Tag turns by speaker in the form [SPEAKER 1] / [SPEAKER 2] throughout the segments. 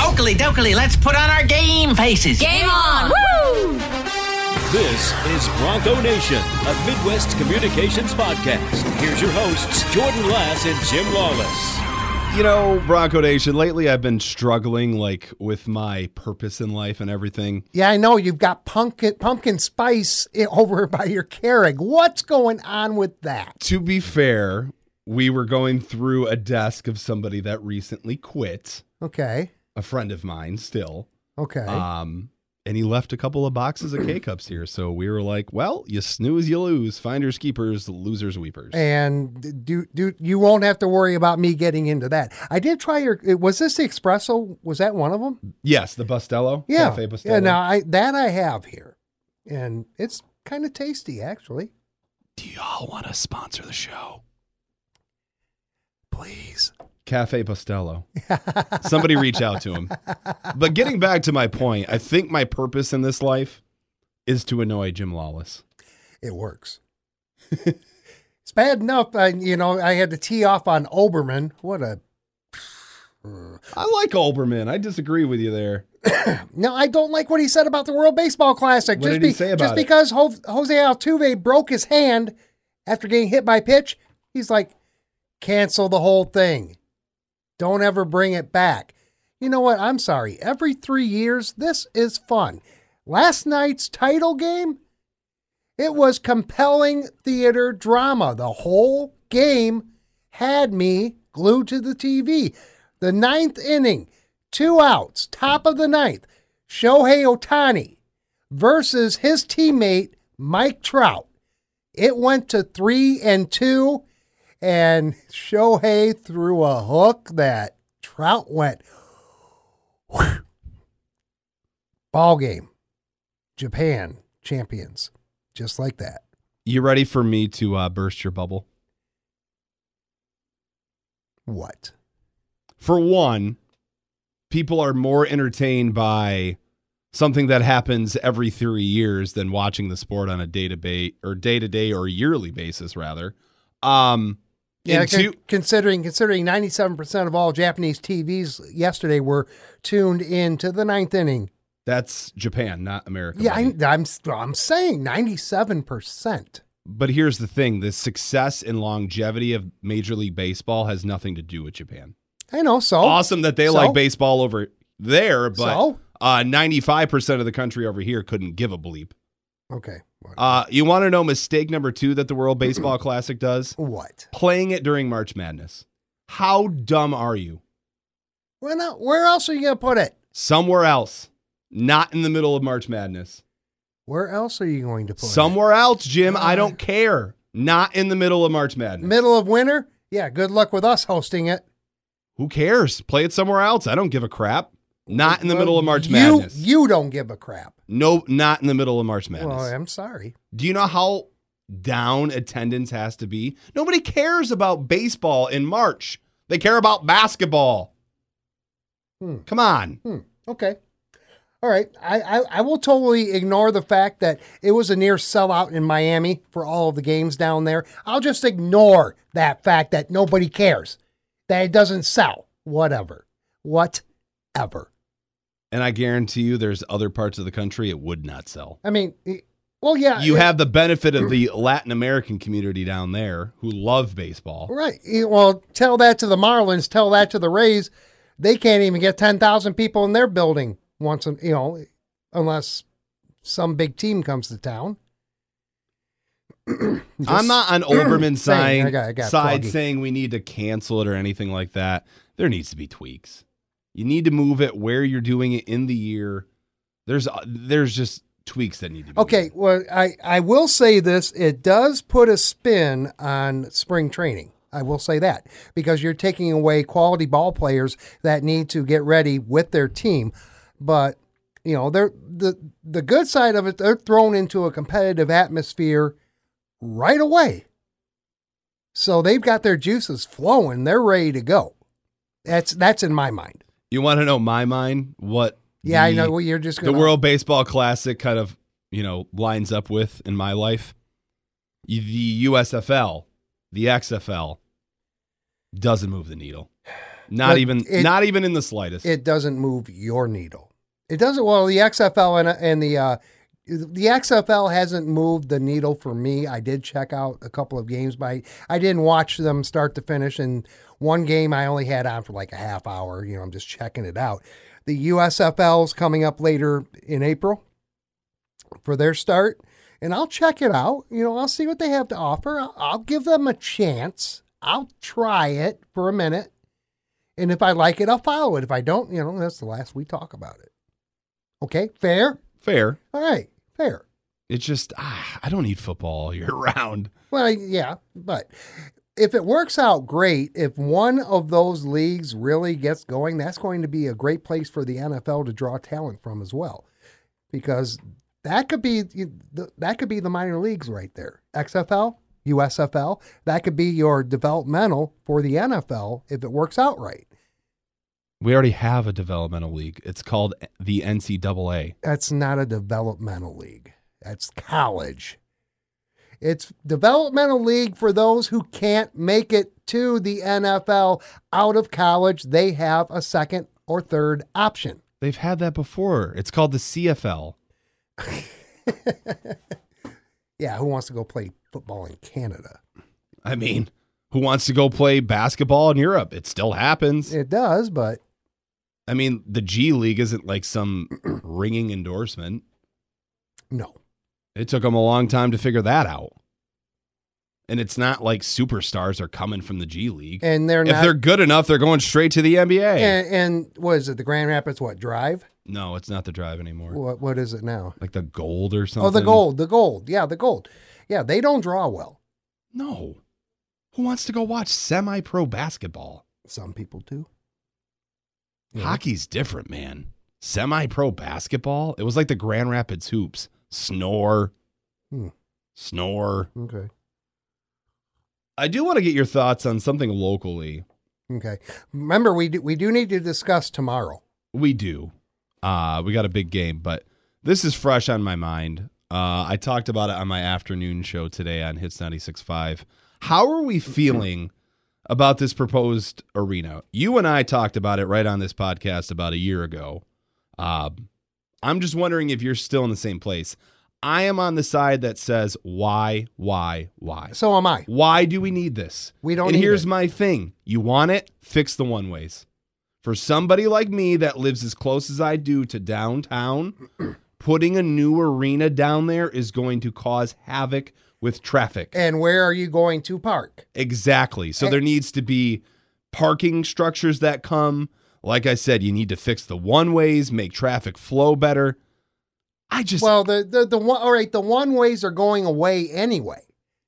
[SPEAKER 1] Oakley Dokley, let's put on our game faces.
[SPEAKER 2] Game on! Woo!
[SPEAKER 3] This is Bronco Nation, a Midwest communications podcast. Here's your hosts, Jordan Lass and Jim Lawless.
[SPEAKER 4] You know, Bronco Nation, lately I've been struggling like with my purpose in life and everything.
[SPEAKER 5] Yeah, I know you've got pumpkin pumpkin spice i- over by your Keurig. What's going on with that?
[SPEAKER 4] To be fair, we were going through a desk of somebody that recently quit,
[SPEAKER 5] Okay,
[SPEAKER 4] a friend of mine still.
[SPEAKER 5] okay.
[SPEAKER 4] Um and he left a couple of boxes of K-cups here, so we were like, well, you snooze, you lose. Finders keepers, losers weepers.
[SPEAKER 5] and do do you won't have to worry about me getting into that. I did try your. Was this the espresso? Was that one of them?
[SPEAKER 4] yes, the Bustelo.
[SPEAKER 5] Yeah,
[SPEAKER 4] Cafe Bustelo.
[SPEAKER 5] yeah. Now I that I have here, and it's kind of tasty actually.
[SPEAKER 4] Do y'all want to sponsor the show?
[SPEAKER 5] Please.
[SPEAKER 4] Cafe Bustelo. Somebody reach out to him. But getting back to my point, I think my purpose in this life is to annoy Jim Lawless.
[SPEAKER 5] it works. it's bad enough, I, you know, I had to tee off on Oberman. What a
[SPEAKER 4] I like Olbermann. I disagree with you there.
[SPEAKER 5] no! I don't like what he said about the World Baseball Classic.
[SPEAKER 4] What did he say about
[SPEAKER 5] just
[SPEAKER 4] it?
[SPEAKER 5] because Ho- Jose Altuve broke his hand after getting hit by a pitch, he's like, cancel the whole thing. Don't ever bring it back. You know what? I'm sorry. Every three years, this is fun. Last night's title game, it was compelling theater drama. The whole game had me glued to the TV. The ninth inning, two outs, top of the ninth, Shohei Otani versus his teammate, Mike Trout. It went to three and two, and Shohei threw a hook that Trout went. Ball game. Japan champions. Just like that.
[SPEAKER 4] You ready for me to uh, burst your bubble?
[SPEAKER 5] What?
[SPEAKER 4] For one, people are more entertained by something that happens every three years than watching the sport on a day to day or day to day or yearly basis, rather. Um,
[SPEAKER 5] Yeah,
[SPEAKER 4] and
[SPEAKER 5] con-
[SPEAKER 4] two-
[SPEAKER 5] considering considering ninety seven percent of all Japanese TVs yesterday were tuned into the ninth inning.
[SPEAKER 4] that's Japan, not America.
[SPEAKER 5] Yeah,
[SPEAKER 4] buddy.
[SPEAKER 5] I, I'm I'm saying ninety seven percent.
[SPEAKER 4] But here's the thing the success and longevity of Major League Baseball has nothing to do with Japan.
[SPEAKER 5] I know. So
[SPEAKER 4] awesome that they
[SPEAKER 5] so?
[SPEAKER 4] like baseball over there, but
[SPEAKER 5] So?
[SPEAKER 4] uh, 95% of the country over here couldn't give a bleep.
[SPEAKER 5] Okay. What?
[SPEAKER 4] Uh, you want to know mistake number two that the World Baseball Classic does?
[SPEAKER 5] what?
[SPEAKER 4] Playing it during March Madness. How dumb are you?
[SPEAKER 5] Where not? Where else are you gonna put it?
[SPEAKER 4] Somewhere else, not in the middle of March Madness.
[SPEAKER 5] Where else are you going to put
[SPEAKER 4] Somewhere else, Jim. I don't care. Not in the middle of March
[SPEAKER 5] it?
[SPEAKER 4] Madness.
[SPEAKER 5] Middle of winter? Yeah. Good luck with us hosting it.
[SPEAKER 4] Who cares? Play it somewhere else. I don't give a crap. Not in the
[SPEAKER 5] Well,
[SPEAKER 4] middle of March
[SPEAKER 5] you,
[SPEAKER 4] Madness.
[SPEAKER 5] You don't give a crap.
[SPEAKER 4] no, not in the middle of March Madness.
[SPEAKER 5] Well, I'm sorry.
[SPEAKER 4] Do you know how down attendance has to be? Nobody cares about baseball in March. They care about basketball.
[SPEAKER 5] Hmm.
[SPEAKER 4] Come on.
[SPEAKER 5] Hmm. Okay. All right. I, I, I will totally ignore the fact that it was a near sellout in Miami for all of the games down there. I'll just ignore that fact that nobody cares, that it doesn't sell. Whatever. Whatever.
[SPEAKER 4] And I guarantee you there's other parts of the country it would not sell.
[SPEAKER 5] I mean, eh, well, yeah.
[SPEAKER 4] You
[SPEAKER 5] eh,
[SPEAKER 4] have the benefit of the Latin American community down there who love baseball.
[SPEAKER 5] Right. Eh, Well, tell that to the Marlins, tell that to the Rays. They can't even get 10,000 people in their building once, in- you know, unless some big team comes to town.
[SPEAKER 4] I'm not on Olbermann's
[SPEAKER 5] saying, I
[SPEAKER 4] side,
[SPEAKER 5] got- I got
[SPEAKER 4] side
[SPEAKER 5] foggy.
[SPEAKER 4] saying we need to cancel it or anything like that. There needs to be tweaks. You need to move it where you're doing it in the year. There's uh, there's just tweaks that need to be.
[SPEAKER 5] Okay,
[SPEAKER 4] made.
[SPEAKER 5] well, I, I will say this. It does put a spin on spring training. I will say that because you're taking away quality ball players that need to get ready with their team. But, you know, they're the the good side of it, they're thrown into a competitive atmosphere right away. So they've got their juices flowing, they're ready to go. That's that's in my mind.
[SPEAKER 4] You want to know my mind? What?
[SPEAKER 5] Yeah, I
[SPEAKER 4] the-
[SPEAKER 5] know what you're just
[SPEAKER 4] The
[SPEAKER 5] going
[SPEAKER 4] World Baseball Classic kind of you know lines up with in my life. Y- The USFL, the XFL, doesn't move the needle. Not
[SPEAKER 5] But
[SPEAKER 4] even
[SPEAKER 5] it-
[SPEAKER 4] not even in the slightest.
[SPEAKER 5] It doesn't move your needle. It doesn't. Well, the XFL and, and the uh, the XFL hasn't moved the needle for me. I did check out a couple of games, but I, I didn't watch them start to finish. And one game I only had on for like a half hour. You know, I'm just checking it out. The USFL's coming up later in April for their start, and I'll check it out. You know, I'll see what they have to offer. I'll, I'll give them a chance. I'll try it for a minute. And if I like it, I'll follow it. If I don't, you know, that's the last we talk about it. Okay, fair.
[SPEAKER 4] Fair.
[SPEAKER 5] All right, fair.
[SPEAKER 4] It's just ah, I don't need football all year round.
[SPEAKER 5] Well, yeah, but if it works out great, if one of those leagues really gets going, that's going to be a great place for the NFL to draw talent from as well, because that could be that could be the minor leagues right there. XFL, USFL, that could be your developmental for the NFL if it works out right.
[SPEAKER 4] We already have a developmental league. It's called the NCAA.
[SPEAKER 5] that's not a developmental league. That's college. It's developmental league for those who can't make it to the NFL out of college. They have a second or third option.
[SPEAKER 4] They've had that before. It's called the CFL.
[SPEAKER 5] Yeah, who wants to go play football in Canada?
[SPEAKER 4] I mean, who wants to go play basketball in Europe? It still happens.
[SPEAKER 5] It does, but
[SPEAKER 4] I mean, the G League isn't like some ringing endorsement.
[SPEAKER 5] no.
[SPEAKER 4] It took them a long time to figure that out. And it's not like superstars are coming from the G League.
[SPEAKER 5] And they're
[SPEAKER 4] if
[SPEAKER 5] not.
[SPEAKER 4] they're good enough, they're going straight to the NBA.
[SPEAKER 5] and, and what is it? The Grand Rapids what drive?
[SPEAKER 4] no, it's not the drive anymore.
[SPEAKER 5] What what is it now?
[SPEAKER 4] Like the gold or something.
[SPEAKER 5] Oh, the gold, the gold. Yeah, the gold. Yeah, they don't draw well.
[SPEAKER 4] No. Who wants to go watch semi pro basketball?
[SPEAKER 5] Some people do.
[SPEAKER 4] Hockey's different, man. Semi pro basketball? It was like the Grand Rapids hoops. Snore.
[SPEAKER 5] Hmm.
[SPEAKER 4] Snore.
[SPEAKER 5] Okay.
[SPEAKER 4] I do want to get your thoughts on something locally.
[SPEAKER 5] Okay. Remember, we do, we do need to discuss tomorrow.
[SPEAKER 4] We do. Uh, we got a big game, but this is fresh on my mind. Uh, I talked about it on my afternoon show today on Hits 96.5. How are we feeling about this proposed arena? You and I talked about it right on this podcast about a year ago. Uh, I'm just wondering if you're still in the same place. I am on the side that says, why, why, why?
[SPEAKER 5] So am I.
[SPEAKER 4] Why do we need this?
[SPEAKER 5] We don't
[SPEAKER 4] And
[SPEAKER 5] need
[SPEAKER 4] here's
[SPEAKER 5] it.
[SPEAKER 4] my thing: you want it, fix the one ways. For somebody like me that lives as close as I do to downtown, putting a new arena down there is going to cause havoc with traffic.
[SPEAKER 5] And where are you going to park?
[SPEAKER 4] Exactly. So
[SPEAKER 5] And-
[SPEAKER 4] there needs to be parking structures that come. Like I said, you need to fix the one ways, make traffic flow better. I just
[SPEAKER 5] Well, the the the one all right, the one ways are going away anyway.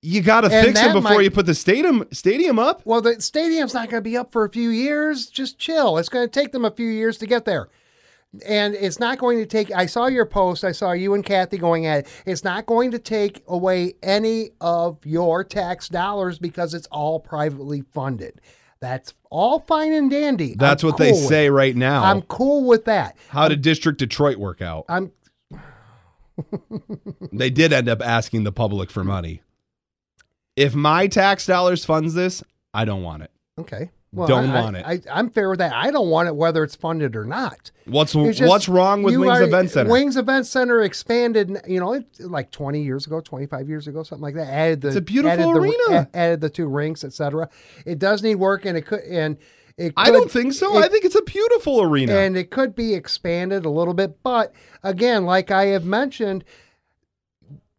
[SPEAKER 4] you got to
[SPEAKER 5] and
[SPEAKER 4] fix it
[SPEAKER 5] that
[SPEAKER 4] before
[SPEAKER 5] might-
[SPEAKER 4] you put the stadium stadium up.
[SPEAKER 5] Well, the stadium's not going to be up for a few years. Just chill. It's going to take them a few years to get there. And it's not going to take I saw your post. I saw you and Kathy going at it. It's not going to take away any of your tax dollars because it's all privately funded. That's all fine and dandy. I'm
[SPEAKER 4] That's what they
[SPEAKER 5] cool with
[SPEAKER 4] say
[SPEAKER 5] it.
[SPEAKER 4] right now.
[SPEAKER 5] I'm cool with that.
[SPEAKER 4] How did District Detroit work out?
[SPEAKER 5] I'm
[SPEAKER 4] They did end up asking the public for money. If my tax dollars funds this, I don't want it.
[SPEAKER 5] okay.
[SPEAKER 4] Don't
[SPEAKER 5] I,
[SPEAKER 4] want
[SPEAKER 5] I-
[SPEAKER 4] it.
[SPEAKER 5] I, I'm fair with that. I don't want it whether it's funded or not.
[SPEAKER 4] What's
[SPEAKER 5] It's just-
[SPEAKER 4] what's wrong with
[SPEAKER 5] you
[SPEAKER 4] Wings
[SPEAKER 5] are-
[SPEAKER 4] Event Center?
[SPEAKER 5] Wings Event Center expanded. You know, it, like 20 years ago, 25 years ago, something like that. Added the
[SPEAKER 4] It's a beautiful
[SPEAKER 5] added the-
[SPEAKER 4] arena.
[SPEAKER 5] a- added the two rinks, etc. It does need work, and it could and it. Could,
[SPEAKER 4] I don't think so.
[SPEAKER 5] it-
[SPEAKER 4] I think it's a beautiful arena.
[SPEAKER 5] and it could be expanded a little bit. But again, like I have mentioned,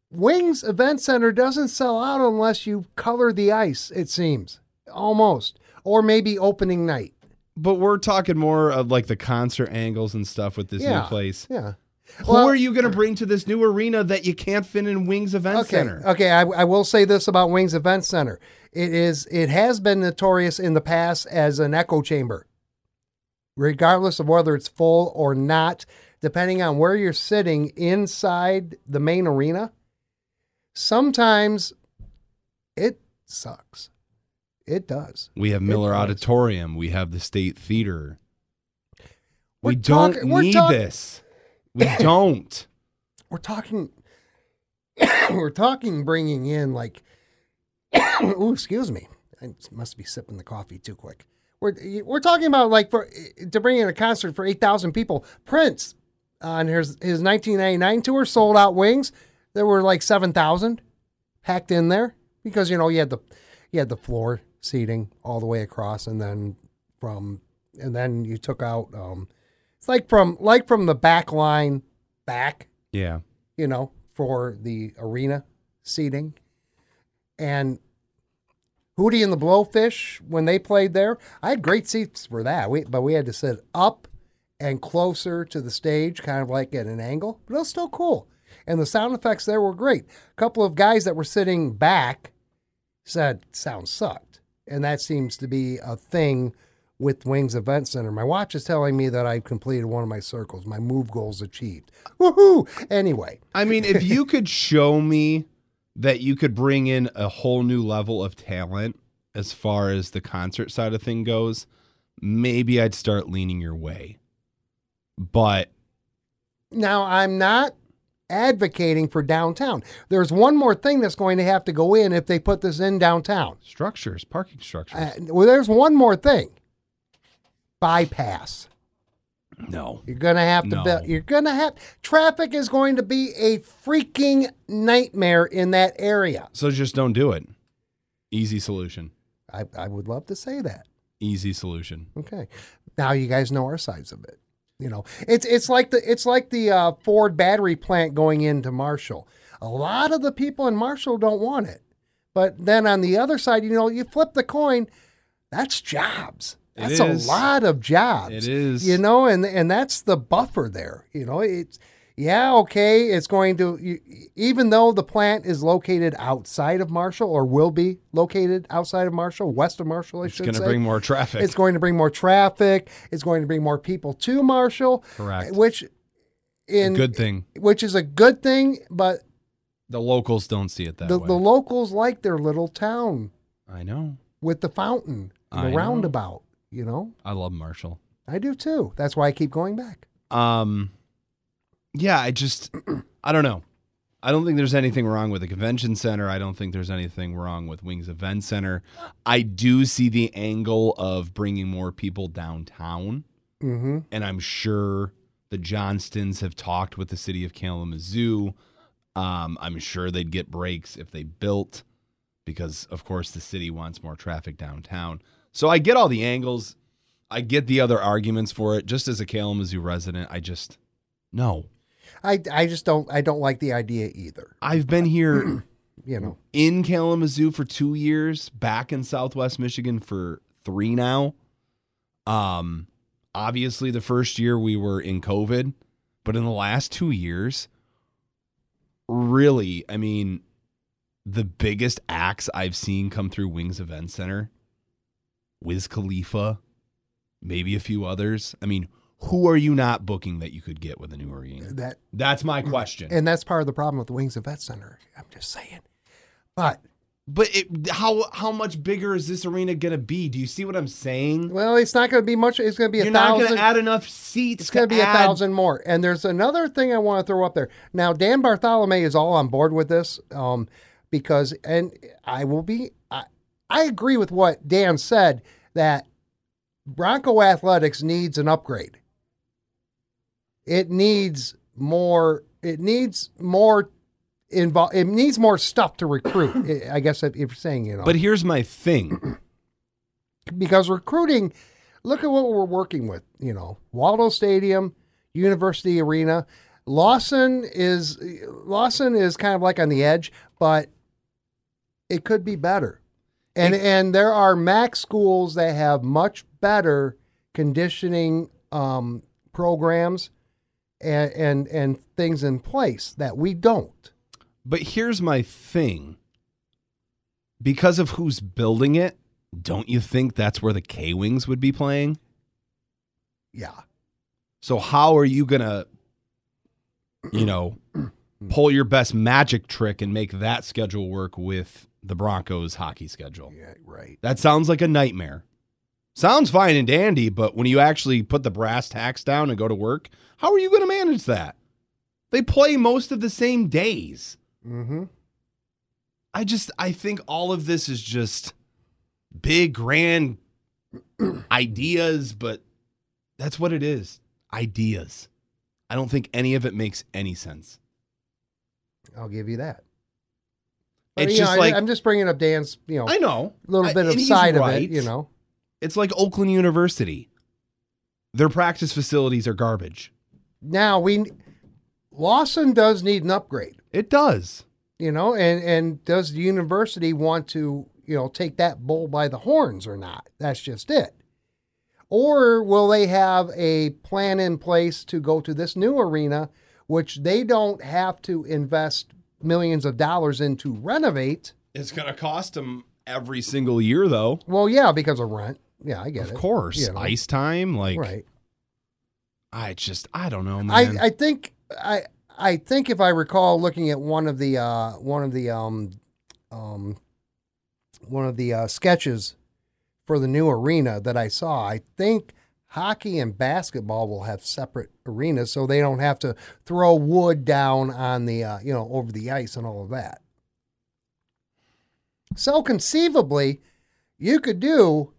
[SPEAKER 5] Wings Event Center doesn't sell out unless you color the ice, it seems, almost, or maybe opening night.
[SPEAKER 4] but we're talking more of like the concert angles and stuff with this
[SPEAKER 5] yeah.
[SPEAKER 4] new place.
[SPEAKER 5] Yeah.
[SPEAKER 4] Who
[SPEAKER 5] Well-
[SPEAKER 4] are you going to bring to this new arena that you can't fit in Wings Event
[SPEAKER 5] okay.
[SPEAKER 4] Center?
[SPEAKER 5] Okay. I, I will say this about Wings Event Center. It is. It has been notorious in the past as an echo chamber, regardless of whether it's full or not. Depending on where you're sitting inside the main arena, sometimes it sucks. It does.
[SPEAKER 4] we have Miller
[SPEAKER 5] It does.
[SPEAKER 4] Auditorium. We have the State Theater.
[SPEAKER 5] We're
[SPEAKER 4] we don't
[SPEAKER 5] talking- we're
[SPEAKER 4] need
[SPEAKER 5] talk-
[SPEAKER 4] this. We don't.
[SPEAKER 5] We're talking. we're talking bringing in like. ooh, excuse me. I must be sipping the coffee too quick. We're we're talking about like for to bring in a concert for eight thousand people. Prince on his his nineteen ninety nine tour sold out wings. There were like seven thousand packed in there because you know you had the you had the floor seating all the way across, and then from and then you took out um, it's like from like from the back line back
[SPEAKER 4] Yeah.
[SPEAKER 5] you know, for the arena seating. And Hootie and the Blowfish, when they played there, I had great seats for that. We, but we had to sit up and closer to the stage, kind of like at an angle, but it was still cool. And the sound effects there were great. A couple of guys that were sitting back said, sound sucked. And that seems to be a thing with Wings Event Center. My watch is telling me that I've completed one of my circles. My move goals achieved. Woohoo! Anyway,
[SPEAKER 4] I mean, if you could show me that you could bring in a whole new level of talent as far as the concert side of thing goes, maybe I'd start leaning your way. But
[SPEAKER 5] Now, I'm not advocating for downtown. There's one more thing that's going to have to go in if they put this in downtown.
[SPEAKER 4] structures, parking structures,
[SPEAKER 5] Uh, well, there's one more thing. Bypass.
[SPEAKER 4] no.
[SPEAKER 5] You're gonna have to
[SPEAKER 4] No.
[SPEAKER 5] build. You're gonna have traffic is going to be a freaking nightmare in that area.
[SPEAKER 4] So just don't do it. Easy solution.
[SPEAKER 5] I, I would love to say that.
[SPEAKER 4] Easy solution.
[SPEAKER 5] Okay. Now you guys know our sides of it. You know, it's it's like the it's like the uh, Ford battery plant going into Marshall. A lot of the people in Marshall don't want it, but then on the other side, you know, you flip the coin, that's jobs.
[SPEAKER 4] It
[SPEAKER 5] That's a
[SPEAKER 4] is.
[SPEAKER 5] lot of jobs.
[SPEAKER 4] It is.
[SPEAKER 5] You know, and and that's the buffer there. You know, it's yeah, okay. It's going to you, even though the plant is located outside of Marshall or will be located outside of Marshall, west of Marshall, I
[SPEAKER 4] It's
[SPEAKER 5] should
[SPEAKER 4] going to
[SPEAKER 5] say.
[SPEAKER 4] bring more traffic.
[SPEAKER 5] It's going to bring more traffic. It's going to bring more people to Marshall.
[SPEAKER 4] Correct.
[SPEAKER 5] Which in
[SPEAKER 4] Good thing.
[SPEAKER 5] which is a good thing, but
[SPEAKER 4] The locals don't see it that
[SPEAKER 5] the,
[SPEAKER 4] way.
[SPEAKER 5] the locals like their little town
[SPEAKER 4] I know.
[SPEAKER 5] with the fountain and
[SPEAKER 4] I
[SPEAKER 5] the
[SPEAKER 4] know.
[SPEAKER 5] roundabout, you know?
[SPEAKER 4] I love Marshall.
[SPEAKER 5] I do too. That's why I keep going back.
[SPEAKER 4] Um, yeah, I just, I don't know. I don't think there's anything wrong with the convention center. I don't think there's anything wrong with Wings Event Center. I do see the angle of bringing more people downtown,
[SPEAKER 5] Mm-hmm.
[SPEAKER 4] and I'm sure the Johnstons have talked with the city of Kalamazoo. Um, I'm sure they'd get breaks if they built, because of course the city wants more traffic downtown. So I get all the angles. I get the other arguments for it. Just as a Kalamazoo resident, I just no.
[SPEAKER 5] I, I just don't I don't like the idea either.
[SPEAKER 4] I've been here
[SPEAKER 5] You know.
[SPEAKER 4] in Kalamazoo for two years, back in Southwest Michigan for three now. Um, obviously the first year we were in COVID, but in the last two years, really, I mean, the biggest acts I've seen come through Wings Event Center, Wiz Khalifa, maybe a few others. I mean, who are you not booking that you could get with an Arena?
[SPEAKER 5] That
[SPEAKER 4] That's my question.
[SPEAKER 5] and that's part of the problem with the Wings of Vet Center. I'm just saying. But
[SPEAKER 4] But it, how how much bigger is this arena gonna be? Do you see what I'm saying?
[SPEAKER 5] well, it's not gonna be much it's gonna be a
[SPEAKER 4] You're not
[SPEAKER 5] thousand
[SPEAKER 4] gonna add enough seats.
[SPEAKER 5] It's going to be a
[SPEAKER 4] add-
[SPEAKER 5] thousand more. And there's another thing I want to throw up there. Now, Dan Bartholomew is all on board with this um, because, and I will be, I, I agree with what Dan said that Bronco Athletics needs an upgrade. It needs more, it needs more. Involve, it needs more stuff to recruit. I I guess if if you're saying you know,
[SPEAKER 4] But here's my thing.
[SPEAKER 5] because recruiting look at what we're working with you know waldo stadium university arena lawson is lawson is kind of like on the edge but it could be better and and there are mac schools that have much better conditioning um, programs and, and and things in place that we don't
[SPEAKER 4] But here's my thing. Because of who's building it, don't you think that's where the K Wings would be playing?
[SPEAKER 5] yeah
[SPEAKER 4] So how are you gonna, you know, pull your best magic trick and make that schedule work with the Broncos hockey schedule?
[SPEAKER 5] yeah right
[SPEAKER 4] That sounds like a nightmare. Sounds fine and dandy, but when you actually put the brass tacks down and go to work, how are you going to manage that? They play most of the same days.
[SPEAKER 5] mm-hmm
[SPEAKER 4] I just, I think all of this is just big, grand ideas, but that's what it is. Ideas. I don't think any of it makes any sense.
[SPEAKER 5] I'll give you that.
[SPEAKER 4] It's
[SPEAKER 5] you know,
[SPEAKER 4] just
[SPEAKER 5] I-
[SPEAKER 4] like-
[SPEAKER 5] I'm just bringing up Dan's, you know,
[SPEAKER 4] I know.
[SPEAKER 5] Oh. little
[SPEAKER 4] I-
[SPEAKER 5] bit of
[SPEAKER 4] and he's
[SPEAKER 5] side of
[SPEAKER 4] right.
[SPEAKER 5] it. You know,
[SPEAKER 4] It's like Oakland University. Their practice facilities are garbage.
[SPEAKER 5] now we Lawson does need an upgrade.
[SPEAKER 4] It does.
[SPEAKER 5] You know, and and does the university want to you know take that bull by the horns or not? That's just it. Or will they have a plan in place to go to this new arena, which they don't have to invest millions of dollars in to renovate?
[SPEAKER 4] It's going to cost them every single year, though.
[SPEAKER 5] Well, yeah, because of rent. Yeah, I get it.
[SPEAKER 4] Of course.
[SPEAKER 5] You know,
[SPEAKER 4] Ice time. Like,
[SPEAKER 5] right.
[SPEAKER 4] I just, I don't know, Oh, man.
[SPEAKER 5] I, I think I I think if I recall looking at one of the uh, one of the um, um, one of the uh, sketches for the new arena that I saw, I think hockey and basketball will have separate arenas, so they don't have to throw wood down on the uh, you know over the ice and all of that. So conceivably, you could do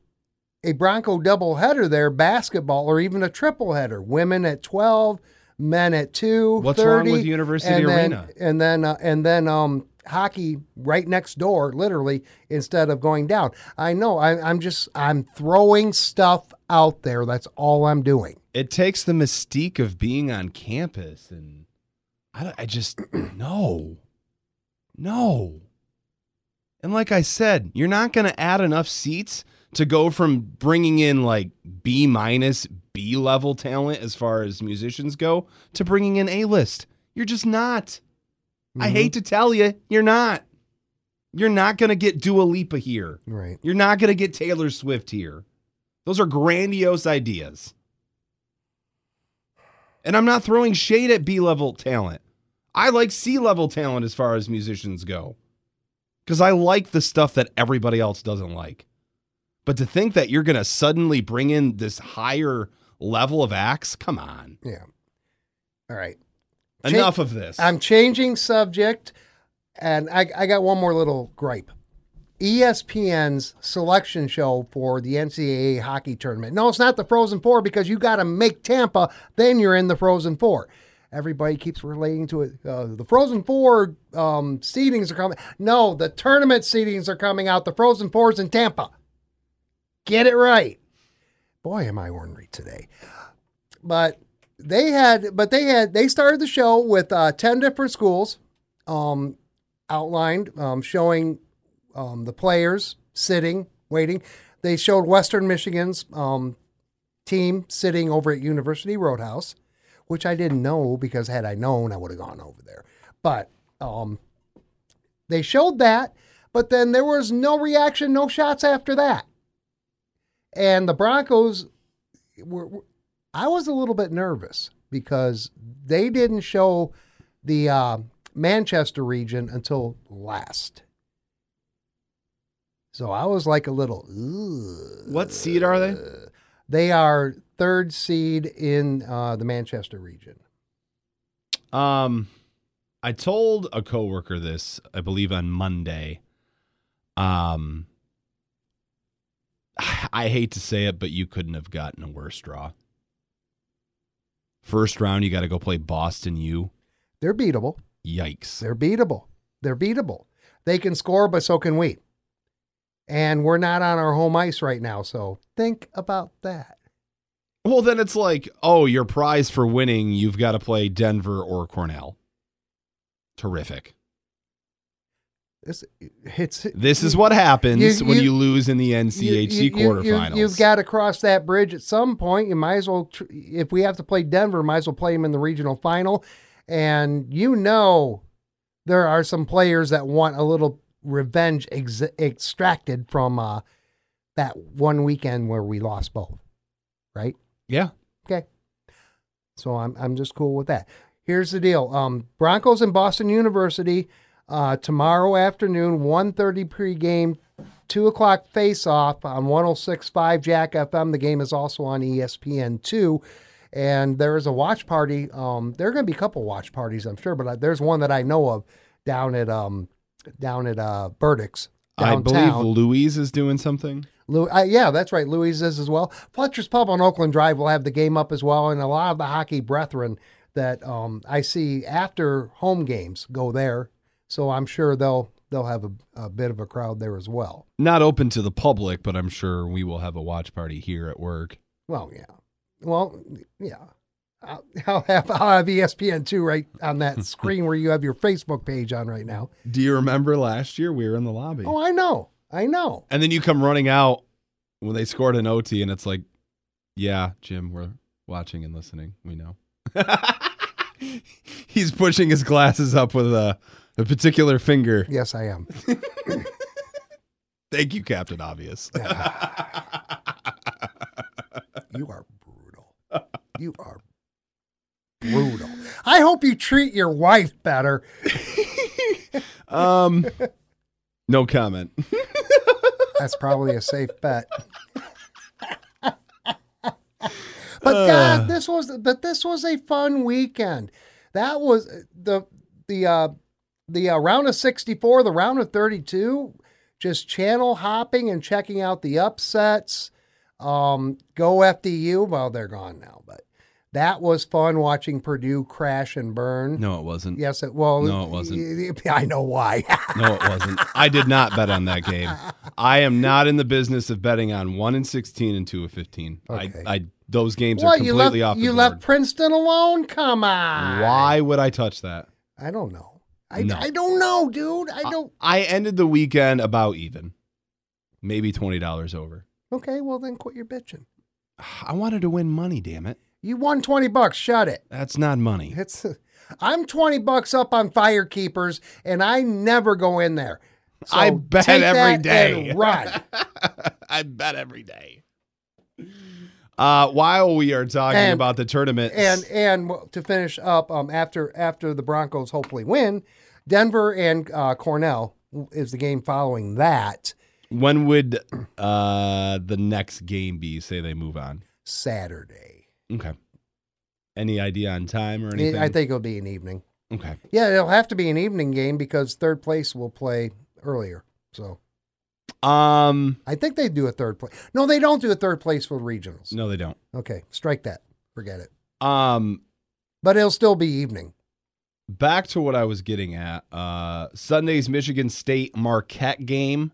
[SPEAKER 5] a Bronco doubleheader there, basketball, or even a triple header. Women at twelve, men at two.
[SPEAKER 4] What's wrong
[SPEAKER 5] 30,
[SPEAKER 4] with University
[SPEAKER 5] and then-
[SPEAKER 4] Arena?
[SPEAKER 5] And then uh, and then um, hockey right next door, literally instead of going down. I know. I, I'm just I'm throwing stuff out there. That's all I'm doing.
[SPEAKER 4] it takes the mystique of being on campus and i, don't- I just no no and like i said you're not going to add enough seats to go from bringing in like b minus b level talent as far as musicians go to bringing in a list you're just not i
[SPEAKER 5] Mhm.
[SPEAKER 4] hate to tell you you're not you're not going to get Dua Lipa here.
[SPEAKER 5] Right.
[SPEAKER 4] You're not going to get Taylor Swift here. Those are grandiose ideas. And I'm not throwing shade at B level talent. I like C level talent as far as musicians go because I like the stuff that everybody else doesn't like. But to think that you're going to suddenly bring in this higher level of acts, come on.
[SPEAKER 5] Yeah. All right. Jake,
[SPEAKER 4] Enough of this.
[SPEAKER 5] I'm changing subject, and I, I got one more little gripe. E ESPN's selection show for the NCAA hockey tournament. No, it's not the Frozen Four because you got to make Tampa, then you're in the Frozen Four. Everybody keeps relating to it. Uh, the Frozen Four um, seedings are coming. No, the tournament seedings are coming out. The Frozen Four's in Tampa. Get it right. Boy, am I ornery today but they had but they had they started the show with uh, 10 different schools um, outlined um, showing um, the players sitting waiting they showed western michigan's um, team sitting over at university roadhouse which i didn't know because had i known i would have gone over there but um, they showed that but then there was no reaction no shots after that and the broncos were were- I was a little bit nervous because they didn't show the uh, Manchester region until last. So I was like a little. "Ugh."
[SPEAKER 4] what seed are they?
[SPEAKER 5] They are third seed in uh, the Manchester region.
[SPEAKER 4] Um, I told a coworker this, I believe, on Monday. Um, I hate to say it, but you couldn't have gotten a worse draw. First round, you got to go play Boston U.
[SPEAKER 5] They're beatable.
[SPEAKER 4] Yikes!
[SPEAKER 5] They're beatable. They're beatable. They can score, but so can we. And we're not on our home ice right now, so think about that.
[SPEAKER 4] Well, then it's like, oh, your prize for winning, you've got to play Denver or Cornell. Terrific.
[SPEAKER 5] This it's
[SPEAKER 4] This is what happens
[SPEAKER 5] You-
[SPEAKER 4] when
[SPEAKER 5] you-
[SPEAKER 4] you lose in the NCHC quarterfinals.
[SPEAKER 5] You, have got to cross that bridge at some point. You might as well, tr- if we have to play Denver, might as well play them in the regional final. And you know, there are some players that want a little revenge ex- extracted from uh, that one weekend where we lost both, right?
[SPEAKER 4] yeah.
[SPEAKER 5] Okay. So I'm I'm just cool with that. Here's the deal. Um, Broncos and Boston University uh, tomorrow afternoon, 1.30 pregame, 2 o'clock face-off on 106.5 Jack FM. The game is also on E ESPN2. And there is a watch party. Um, there are going to be a couple watch parties, I'm sure, but uh, there's one that I know of down at um, down at uh, Burdick's
[SPEAKER 4] I
[SPEAKER 5] downtown.
[SPEAKER 4] believe Louise is doing something.
[SPEAKER 5] Lou, uh, yeah, that's right. Louis is as well. Fletcher's Pub on Oakland Drive will have the game up as well, and a lot of the hockey brethren that um, I see after home games go there. So I'm sure they'll they'll have a, a bit of a crowd there as well.
[SPEAKER 4] Not open to the public, but I'm sure we will have a watch party here at work.
[SPEAKER 5] Well, yeah. Well, yeah. I'll, I'll have I'll have E ESPN two right on that screen where you have your Facebook page on right now.
[SPEAKER 4] Do you remember last year we were in the lobby?
[SPEAKER 5] Oh, I know, I know.
[SPEAKER 4] And then you come running out when they scored an OT, and it's like, yeah, Jim, we're watching and listening. We know. He's pushing his glasses up with a, a particular finger.
[SPEAKER 5] Yes, I am.
[SPEAKER 4] Thank you, Captain Obvious.
[SPEAKER 5] You are brutal. You are brutal. I hope you treat your wife better.
[SPEAKER 4] um, no comment.
[SPEAKER 5] That's probably a safe bet. but God, this was but this was a fun weekend. That was uh, the the uh, the uh, round of sixty four, the round of thirty two, just channel hopping and checking out the upsets. Um, go FDU. Well, they're gone now, but that was fun watching Purdue crash and burn.
[SPEAKER 4] No, it wasn't.
[SPEAKER 5] Yes, it well.
[SPEAKER 4] No, it wasn't.
[SPEAKER 5] I know why.
[SPEAKER 4] No, it wasn't. I did not bet on that game. I am not in the business of betting on one and sixteen and two of fifteen.
[SPEAKER 5] Okay.
[SPEAKER 4] I, I those games are
[SPEAKER 5] What you
[SPEAKER 4] completely
[SPEAKER 5] left?
[SPEAKER 4] off the
[SPEAKER 5] you
[SPEAKER 4] board.
[SPEAKER 5] left Princeton alone? Come on.
[SPEAKER 4] Why would I touch that?
[SPEAKER 5] I don't know. I,
[SPEAKER 4] No.
[SPEAKER 5] I don't know, dude. I don't.
[SPEAKER 4] I ended the weekend about even, maybe twenty dollars over.
[SPEAKER 5] Okay, well then quit your bitching.
[SPEAKER 4] I wanted to win money. Damn it,
[SPEAKER 5] You won twenty bucks. Shut it.
[SPEAKER 4] that's not money.
[SPEAKER 5] It's. I'm twenty bucks up on fire keepers, and I never go in there. So
[SPEAKER 4] I bet
[SPEAKER 5] take
[SPEAKER 4] every
[SPEAKER 5] that
[SPEAKER 4] day.
[SPEAKER 5] and run.
[SPEAKER 4] I bet every day. Uh, while we are talking
[SPEAKER 5] And-
[SPEAKER 4] about the tournament,
[SPEAKER 5] and and well, to finish up, um, after after the Broncos hopefully win, Denver and uh, Cornell is the game following that
[SPEAKER 4] when would uh, the next game be? Say they move on.
[SPEAKER 5] Saturday.
[SPEAKER 4] Okay. Any idea on time or
[SPEAKER 5] I-
[SPEAKER 4] anything?
[SPEAKER 5] I think it'll be an evening.
[SPEAKER 4] Okay.
[SPEAKER 5] Yeah, it'll have to be an evening game because third place will play earlier. So
[SPEAKER 4] Um.
[SPEAKER 5] I think they do a third place. No, they don't do a third place for regionals.
[SPEAKER 4] No, they don't.
[SPEAKER 5] Okay, strike that. Forget it.
[SPEAKER 4] Um.
[SPEAKER 5] But it'll still be evening.
[SPEAKER 4] back to what I was getting at. Uh, Sunday's Michigan State Marquette game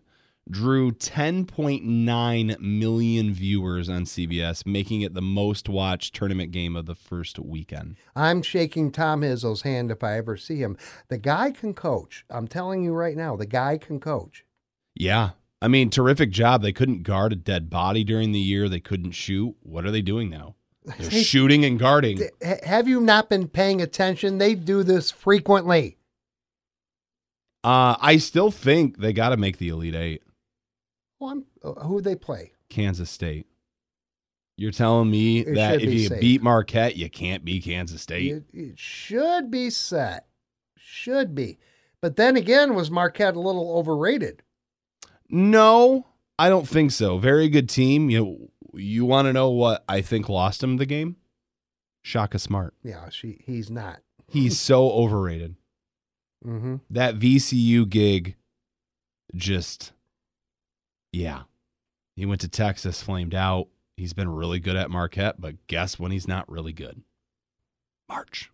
[SPEAKER 4] drew 10.9 million viewers on CBS, making it the most watched tournament game of the first weekend.
[SPEAKER 5] I'm shaking Tom Izzo's hand if I ever see him. The guy can coach. I'm telling you right now, the guy can coach.
[SPEAKER 4] Yeah. I mean, terrific job. They couldn't guard a dead body during the year. They couldn't shoot. What are they doing now? They're shooting and guarding.
[SPEAKER 5] H- have you not been paying attention? They do this frequently.
[SPEAKER 4] Uh, I still think they got to make the Elite Eight.
[SPEAKER 5] Well, I'm, uh, who they play?
[SPEAKER 4] Kansas State. You're telling me
[SPEAKER 5] It
[SPEAKER 4] that
[SPEAKER 5] should
[SPEAKER 4] if
[SPEAKER 5] be
[SPEAKER 4] you
[SPEAKER 5] safe.
[SPEAKER 4] beat Marquette, you can't beat Kansas State?
[SPEAKER 5] It, it should be set. Should be. But then again, was Marquette a little overrated?
[SPEAKER 4] No, I don't think so. Very good team. You you want to know what I think lost him the game? Shaka Smart.
[SPEAKER 5] Yeah, she he's not.
[SPEAKER 4] He's so overrated.
[SPEAKER 5] Mm-hmm.
[SPEAKER 4] That VCU gig just yeah. He went to Texas, flamed out. He's been really good at Marquette, but guess when he's not really good? March.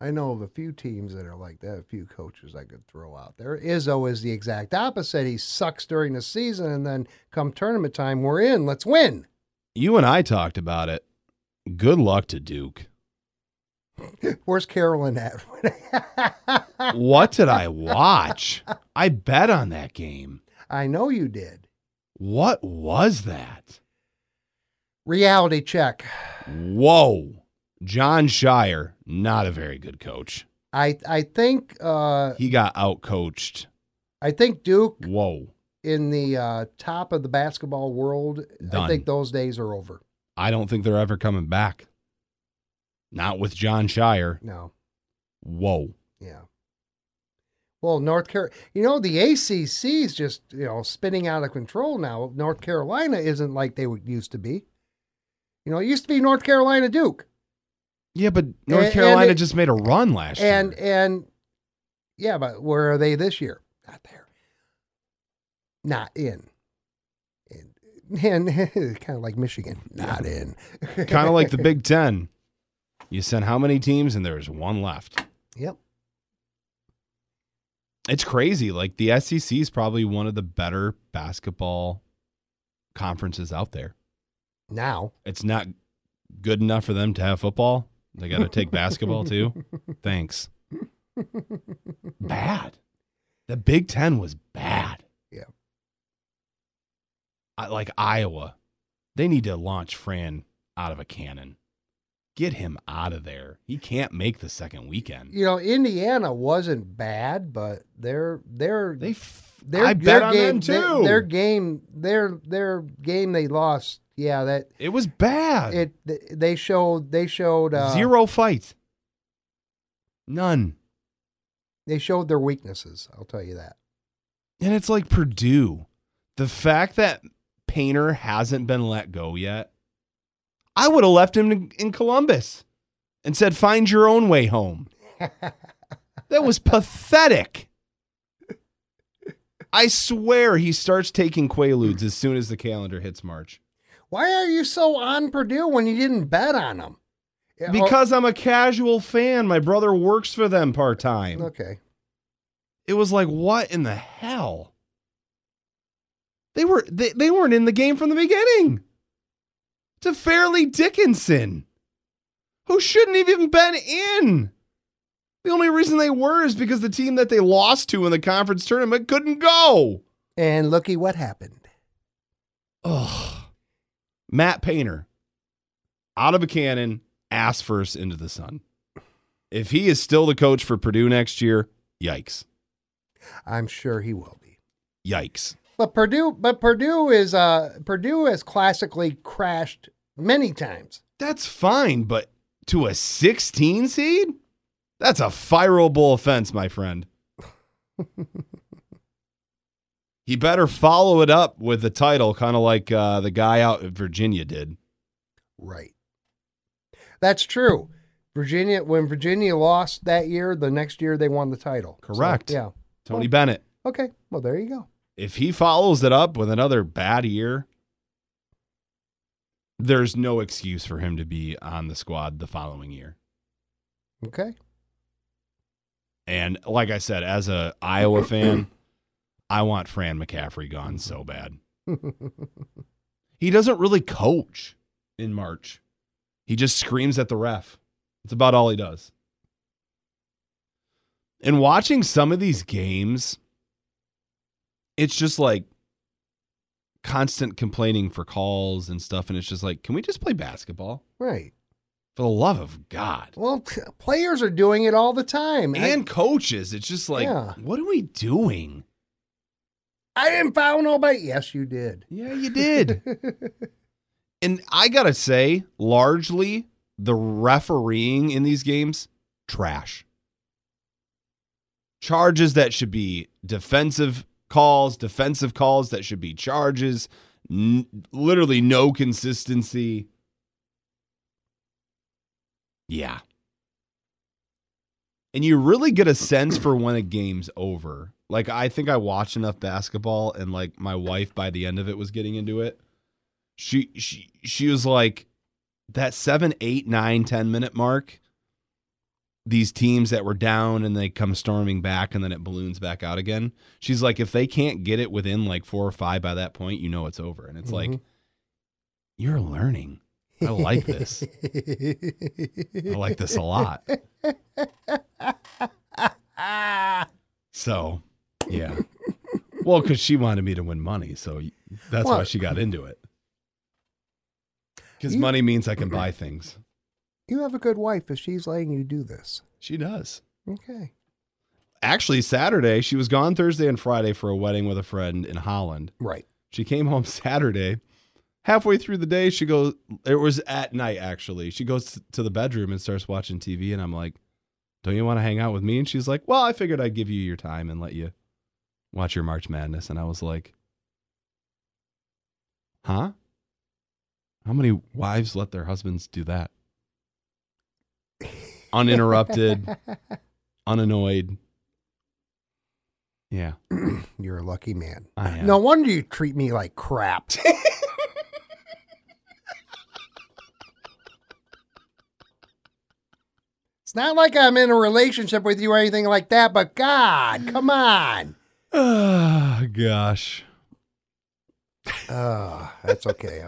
[SPEAKER 5] I know of a few teams that are like that, a few coaches I could throw out there. Izzo is the exact opposite. He sucks during the season, and then come tournament time, we're in. Let's win.
[SPEAKER 4] You and I talked about it. Good luck to Duke.
[SPEAKER 5] Where's Carolyn at?
[SPEAKER 4] what did I watch? I bet on that game.
[SPEAKER 5] I know you did.
[SPEAKER 4] What was that?
[SPEAKER 5] Reality check.
[SPEAKER 4] Whoa. John Shire, not a very good coach.
[SPEAKER 5] I I think uh,
[SPEAKER 4] He got outcoached.
[SPEAKER 5] I think Duke
[SPEAKER 4] Whoa.
[SPEAKER 5] in the uh, top of the basketball world. I
[SPEAKER 4] Done.
[SPEAKER 5] think those days are over.
[SPEAKER 4] I don't think they're ever coming back. Not with John Shire.
[SPEAKER 5] No,
[SPEAKER 4] Whoa.
[SPEAKER 5] yeah. Well, North Carolina, you know, the ACC is just you know spinning out of control now. North Carolina isn't like they would used to be. You know, it used to be North Carolina Duke,
[SPEAKER 4] Yeah, but North
[SPEAKER 5] And-
[SPEAKER 4] Carolina
[SPEAKER 5] and it-
[SPEAKER 4] just made a run last
[SPEAKER 5] and
[SPEAKER 4] year.
[SPEAKER 5] and yeah, but where are they this year? Not there. not in. And, and kind of like Michigan, not in.
[SPEAKER 4] kind of like the Big Ten. You sent how many teams, and there's one left.
[SPEAKER 5] Yep.
[SPEAKER 4] It's crazy. Like the SEC is probably one of the better basketball conferences out there.
[SPEAKER 5] Now,
[SPEAKER 4] It's not good enough for them to have football. They got to take basketball too. Thanks. Bad. The Big Ten was bad.
[SPEAKER 5] Yeah.
[SPEAKER 4] I, like Iowa, they need to launch Fran out of a cannon. Get him out of there. He can't make the second weekend.
[SPEAKER 5] you know, Indiana wasn't bad, but their their
[SPEAKER 4] They, f-
[SPEAKER 5] their,
[SPEAKER 4] I
[SPEAKER 5] their
[SPEAKER 4] bet on them
[SPEAKER 5] game, their-
[SPEAKER 4] too.
[SPEAKER 5] their game, their their game they lost. Yeah, that
[SPEAKER 4] it was bad.
[SPEAKER 5] it th- they showed they showed uh,
[SPEAKER 4] Zero fight. None.
[SPEAKER 5] They showed their weaknesses. I'll tell you that.
[SPEAKER 4] And it's like Purdue. The fact that Painter hasn't been let go yet, I would have left him in- in Columbus and said, find your own way home. that was pathetic. I swear he starts taking Quaaludes as soon as the calendar hits March.
[SPEAKER 5] Why are you so on Purdue when you didn't bet on them? Yeah, oh,
[SPEAKER 4] Because I'm a casual fan. My brother works for them part time.
[SPEAKER 5] okay,
[SPEAKER 4] It was like, what in the hell? They were they, they weren't in the game from the beginning. To Fairleigh Dickinson, who shouldn't have even been in. The only reason they were is because the team that they lost to in the conference tournament couldn't go.
[SPEAKER 5] and looky what happened.
[SPEAKER 4] Ugh. Matt Painter, out of a cannon, ass first into the sun. If he is still the coach for Purdue next year, yikes.
[SPEAKER 5] I'm sure he will be.
[SPEAKER 4] Yikes.
[SPEAKER 5] But Purdue, but Purdue is uh Purdue has classically crashed many times.
[SPEAKER 4] That's fine, but to a 16 seed? That's a fireable offense, my friend. he better follow it up with the title, kind of like uh, the guy out at Virginia did.
[SPEAKER 5] Right. That's true. Virginia, when Virginia lost that year, the next year they won the title. So,
[SPEAKER 4] Correct.
[SPEAKER 5] yeah.
[SPEAKER 4] Tony Bennett.
[SPEAKER 5] Okay. Well, there you go.
[SPEAKER 4] If he follows it up with another bad year, there's no excuse for him to be on the squad the following year.
[SPEAKER 5] Okay.
[SPEAKER 4] And like I said, as a Iowa fan, I want Fran McCaffrey gone so bad. he doesn't really coach in March. He just screams at the ref. That's about all he does. And watching some of these games, it's just like constant complaining for calls and stuff. And it's just like, can we just play basketball?
[SPEAKER 5] Right.
[SPEAKER 4] For the love of God
[SPEAKER 5] Well, t- players are doing it all the time.
[SPEAKER 4] and coaches. It's just like,
[SPEAKER 5] Yeah.
[SPEAKER 4] what are we doing?
[SPEAKER 5] I, I didn't foul nobody. Yes, you did.
[SPEAKER 4] Yeah, you did. and I gotta say, largely the refereeing in these games, trash. Charges that should be defensive calls, defensive calls that should be charges. N- literally no consistency. Yeah. And you really get a sense for when a game's over. Like I think I watched enough basketball and like my wife by the end of it was getting into it. She she she was like that seven, eight, nine, ten minute mark, these teams that were down and they come storming back and then it balloons back out again. She's like, if they can't get it within like four or five by that point, you know it's over. And it's like,
[SPEAKER 5] Mhm.
[SPEAKER 4] you're learning. I like this. I like this a lot.
[SPEAKER 5] Ah,
[SPEAKER 4] So, yeah. Well, because she wanted me to win money, so y- that's why
[SPEAKER 5] Well-
[SPEAKER 4] she got into it. Because
[SPEAKER 5] You-
[SPEAKER 4] money means I can buy things.
[SPEAKER 5] you have a good wife if she's letting you do this.
[SPEAKER 4] She does.
[SPEAKER 5] Okay.
[SPEAKER 4] Actually, Saturday she was gone Thursday and Friday for a wedding with a friend in Holland.
[SPEAKER 5] Right.
[SPEAKER 4] She came home Saturday. Halfway through the day, she goes. It was at night actually. She goes to the bedroom and starts watching TV, and I'm like, "Don't you want to hang out with me?" And she's like, "Well, I figured I'd give you your time and let you watch your March Madness." And I was like, "Huh? How many wives let their husbands do that? Uninterrupted, unannoyed." Yeah.
[SPEAKER 5] You're a lucky man.
[SPEAKER 4] I am.
[SPEAKER 5] No wonder you treat me like crap. it's not like I'm in a relationship with you or anything like that, but God, come on.
[SPEAKER 4] Oh, gosh.
[SPEAKER 5] Oh, that's okay.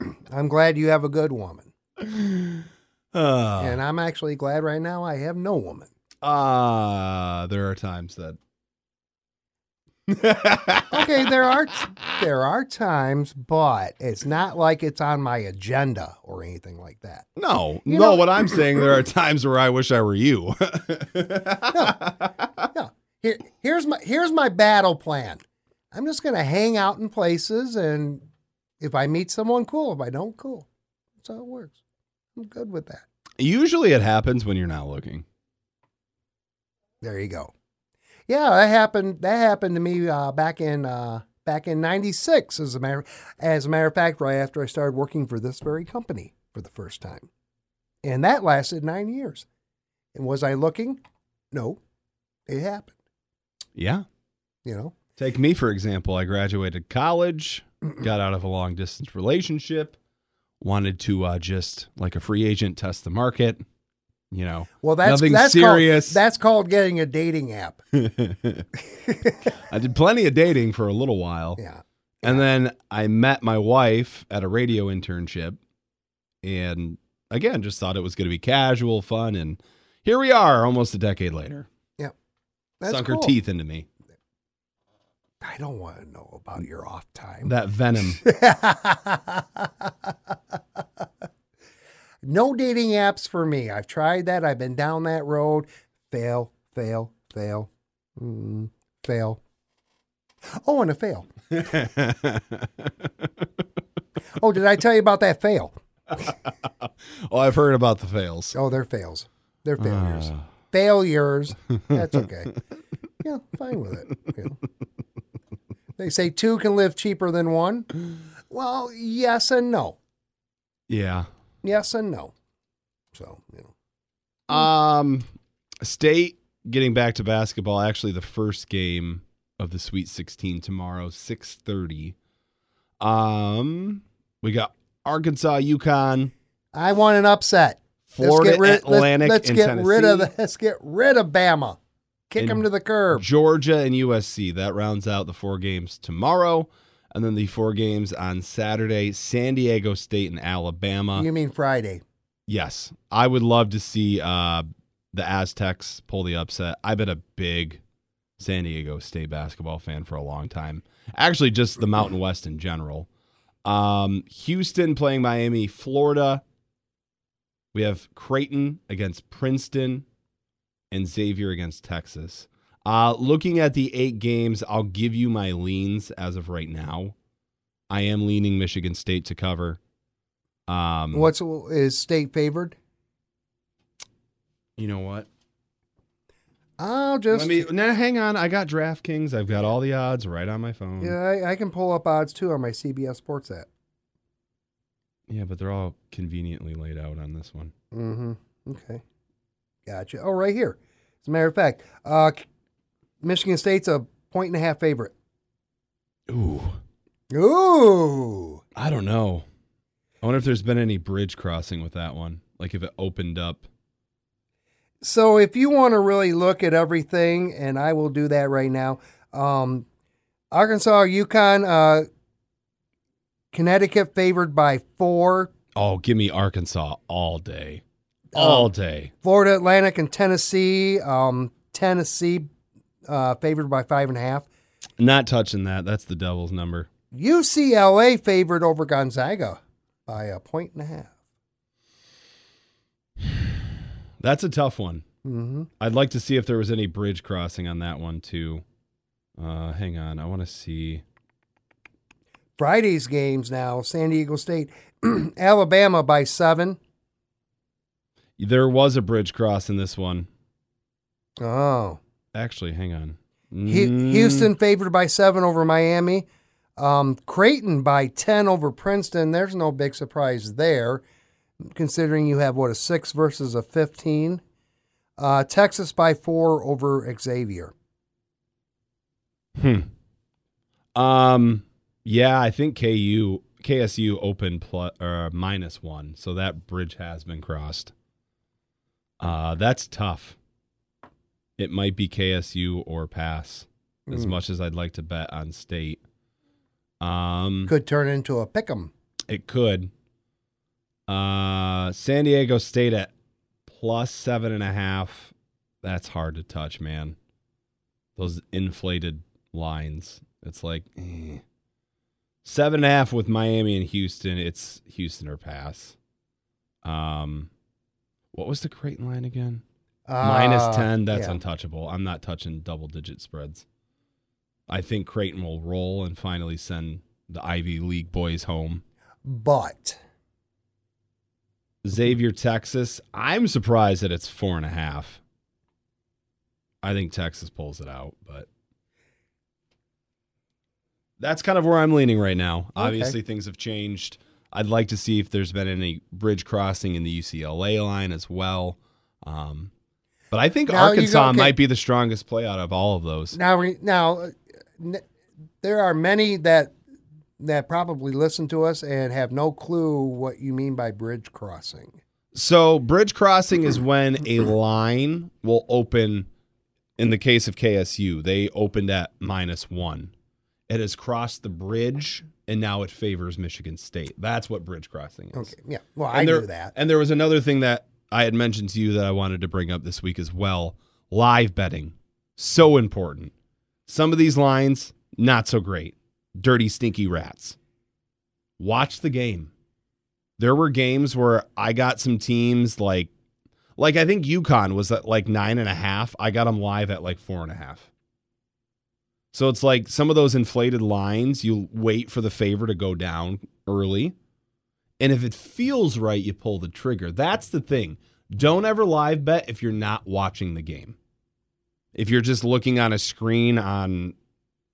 [SPEAKER 5] I'm, I'm glad you have a good woman.
[SPEAKER 4] Uh,
[SPEAKER 5] And I'm actually glad right now I have no woman.
[SPEAKER 4] Ah, there are times that.
[SPEAKER 5] Okay, there are there are times, but it's not like it's on my agenda or anything like that.
[SPEAKER 4] No,
[SPEAKER 5] You
[SPEAKER 4] no.
[SPEAKER 5] know-
[SPEAKER 4] what I'm saying, there are times where I wish I were you.
[SPEAKER 5] Yeah. Here, here's my here's my battle plan. I'm just gonna hang out in places, and if I meet someone, cool. If I don't, cool. That's how it works. I'm good with that.
[SPEAKER 4] Usually, it happens when you're not looking.
[SPEAKER 5] There you go. Yeah, that happened. That happened to me uh, back in uh, back in '96. As a matter as a matter of fact, right after I started working for this very company for the first time, and that lasted nine years. And was I looking? No, it happened.
[SPEAKER 4] Yeah.
[SPEAKER 5] You know.
[SPEAKER 4] Take me, for example. I graduated college, got out of a long distance relationship, wanted to uh, just like a free agent test the market, you know.
[SPEAKER 5] Well, that's
[SPEAKER 4] Nothing
[SPEAKER 5] that's
[SPEAKER 4] serious.
[SPEAKER 5] Called, that's called getting a dating app.
[SPEAKER 4] I did plenty of dating for a little while.
[SPEAKER 5] Yeah.
[SPEAKER 4] And then I met my wife at a radio internship and again just thought it was going to be casual fun and here we are almost a decade later.
[SPEAKER 5] That's
[SPEAKER 4] Sunk
[SPEAKER 5] cool.
[SPEAKER 4] her teeth into me.
[SPEAKER 5] I don't want to know about your off time.
[SPEAKER 4] That venom.
[SPEAKER 5] no dating apps for me. I've tried that. I've been down that road. Fail, fail, fail, mm, fail. Oh, and a fail. Oh, did I tell you about that fail?
[SPEAKER 4] oh, I've heard about the fails.
[SPEAKER 5] Oh, they're fails. They're
[SPEAKER 4] Ah.
[SPEAKER 5] failures. Failures. That's okay. yeah, fine with it. you know. They say two can live cheaper than one. Well, yes and no.
[SPEAKER 4] Yeah.
[SPEAKER 5] Yes and no. So, you know.
[SPEAKER 4] Um, State getting back to basketball. Actually, the first game of the Sweet 16 tomorrow, 6:30. Um, we got Arkansas, Yukon,
[SPEAKER 5] I want an upset.
[SPEAKER 4] Florida
[SPEAKER 5] rid-
[SPEAKER 4] Atlantic,
[SPEAKER 5] Let's,
[SPEAKER 4] and
[SPEAKER 5] get
[SPEAKER 4] Tennessee.
[SPEAKER 5] rid of the, let's get rid of Bama. Kick
[SPEAKER 4] And-
[SPEAKER 5] them to the curb.
[SPEAKER 4] Georgia and USC. That rounds out the four games tomorrow, and then the four games on Saturday: San Diego State and Alabama.
[SPEAKER 5] You mean Friday?
[SPEAKER 4] Yes, I would love to see uh, the Aztecs pull the upset. I've been a big San Diego State basketball fan for a long time. Actually, just the Mountain West in general. Um, Houston playing Miami, Florida. We have Creighton against Princeton and Xavier against Texas. Uh, looking at the eight games, I'll give you my leans as of right now. I am leaning Michigan State to cover. Um,
[SPEAKER 5] What's is state favored?
[SPEAKER 4] you know what?
[SPEAKER 5] I'll just
[SPEAKER 4] Let me now hang on. I got DraftKings. I've got all the odds right on my phone.
[SPEAKER 5] yeah. I, I can pull up odds too on my CBS Sports app.
[SPEAKER 4] Yeah, but they're all conveniently laid out on this one.
[SPEAKER 5] Mm-hmm. Okay. Gotcha. Oh, right here. As a matter of fact, uh, K- Michigan State's a point and a half favorite.
[SPEAKER 4] Ooh,
[SPEAKER 5] Ooh.
[SPEAKER 4] I don't know. I wonder if there's been any bridge crossing with that one. Like if it opened up.
[SPEAKER 5] So if you want to really look at everything, and I will do that right now. Um, Arkansas, Yukon, uh, Connecticut favored by four.
[SPEAKER 4] Oh, give me Arkansas all day, all
[SPEAKER 5] Um,
[SPEAKER 4] day.
[SPEAKER 5] Florida Atlantic and Tennessee. Um, Tennessee uh, favored by five and a half.
[SPEAKER 4] Not touching that. That's the devil's number.
[SPEAKER 5] UCLA favored over Gonzaga by a point and a half.
[SPEAKER 4] That's a tough one.
[SPEAKER 5] Mm-hmm.
[SPEAKER 4] I'd like to see if there was any bridge crossing on that one too. Uh, hang on. I want to see.
[SPEAKER 5] Friday's games now. San Diego State, Alabama by seven.
[SPEAKER 4] There was a bridge cross in this one.
[SPEAKER 5] Oh,
[SPEAKER 4] Actually, hang on.
[SPEAKER 5] Hu-
[SPEAKER 4] Mm.
[SPEAKER 5] Houston favored by seven over Miami. Um, Creighton by ten over Princeton. There's no big surprise there, considering you have what a six versus a fifteen. Uh, Texas by four over Xavier.
[SPEAKER 4] Um, yeah, I think KU KSU opened plus uh, minus one, so that bridge has been crossed. Uh, that's tough. It might be KSU or pass. As much as I'd like to bet on state, um,
[SPEAKER 5] Could turn into a pick 'em.
[SPEAKER 4] it could. Uh, San Diego State at plus seven and a half. That's hard to touch, man. Those inflated lines. It's like eh. seven and a half with Miami and Houston. It's Houston or pass. Um, what was the Creighton line again? Minus
[SPEAKER 5] Uh,
[SPEAKER 4] 10, that's
[SPEAKER 5] yeah.
[SPEAKER 4] untouchable. I'm not touching double digit spreads. I think Creighton will roll and finally send the Ivy League boys home.
[SPEAKER 5] But
[SPEAKER 4] Xavier, Texas. I'm surprised that it's four and a half. I think Texas pulls it out, but that's kind of where I'm leaning right now. Obviously, things have changed. I'd like to see if there's been any bridge crossing in the UCLA line as well. Um, but I think
[SPEAKER 5] Now you
[SPEAKER 4] Arkansas
[SPEAKER 5] go- okay.
[SPEAKER 4] might be the strongest play out of all of those.
[SPEAKER 5] now, re- now, uh, n- there are many that that probably listen to us and have no clue what you mean by bridge crossing.
[SPEAKER 4] So bridge crossing is when a line will open. In the case of KSU, they opened at minus one. It has crossed the bridge, and now it favors Michigan State. That's what bridge crossing is.
[SPEAKER 5] Okay, yeah. Well,
[SPEAKER 4] And
[SPEAKER 5] Oh, I
[SPEAKER 4] there,
[SPEAKER 5] knew that.
[SPEAKER 4] And there was another thing that I had mentioned to you that I wanted to bring up this week as well. Live betting, so important. Some of these lines not so great. Dirty, stinky rats. Watch the game. There were games where I got some teams like, like I think UConn was at like nine and a half. I got them live at like four and a half. So it's like some of those inflated lines. You wait for the favor to go down early. And if it feels right, you pull the trigger. That's the thing. Don't ever live bet if you're not watching the game. If you're just looking on a screen on,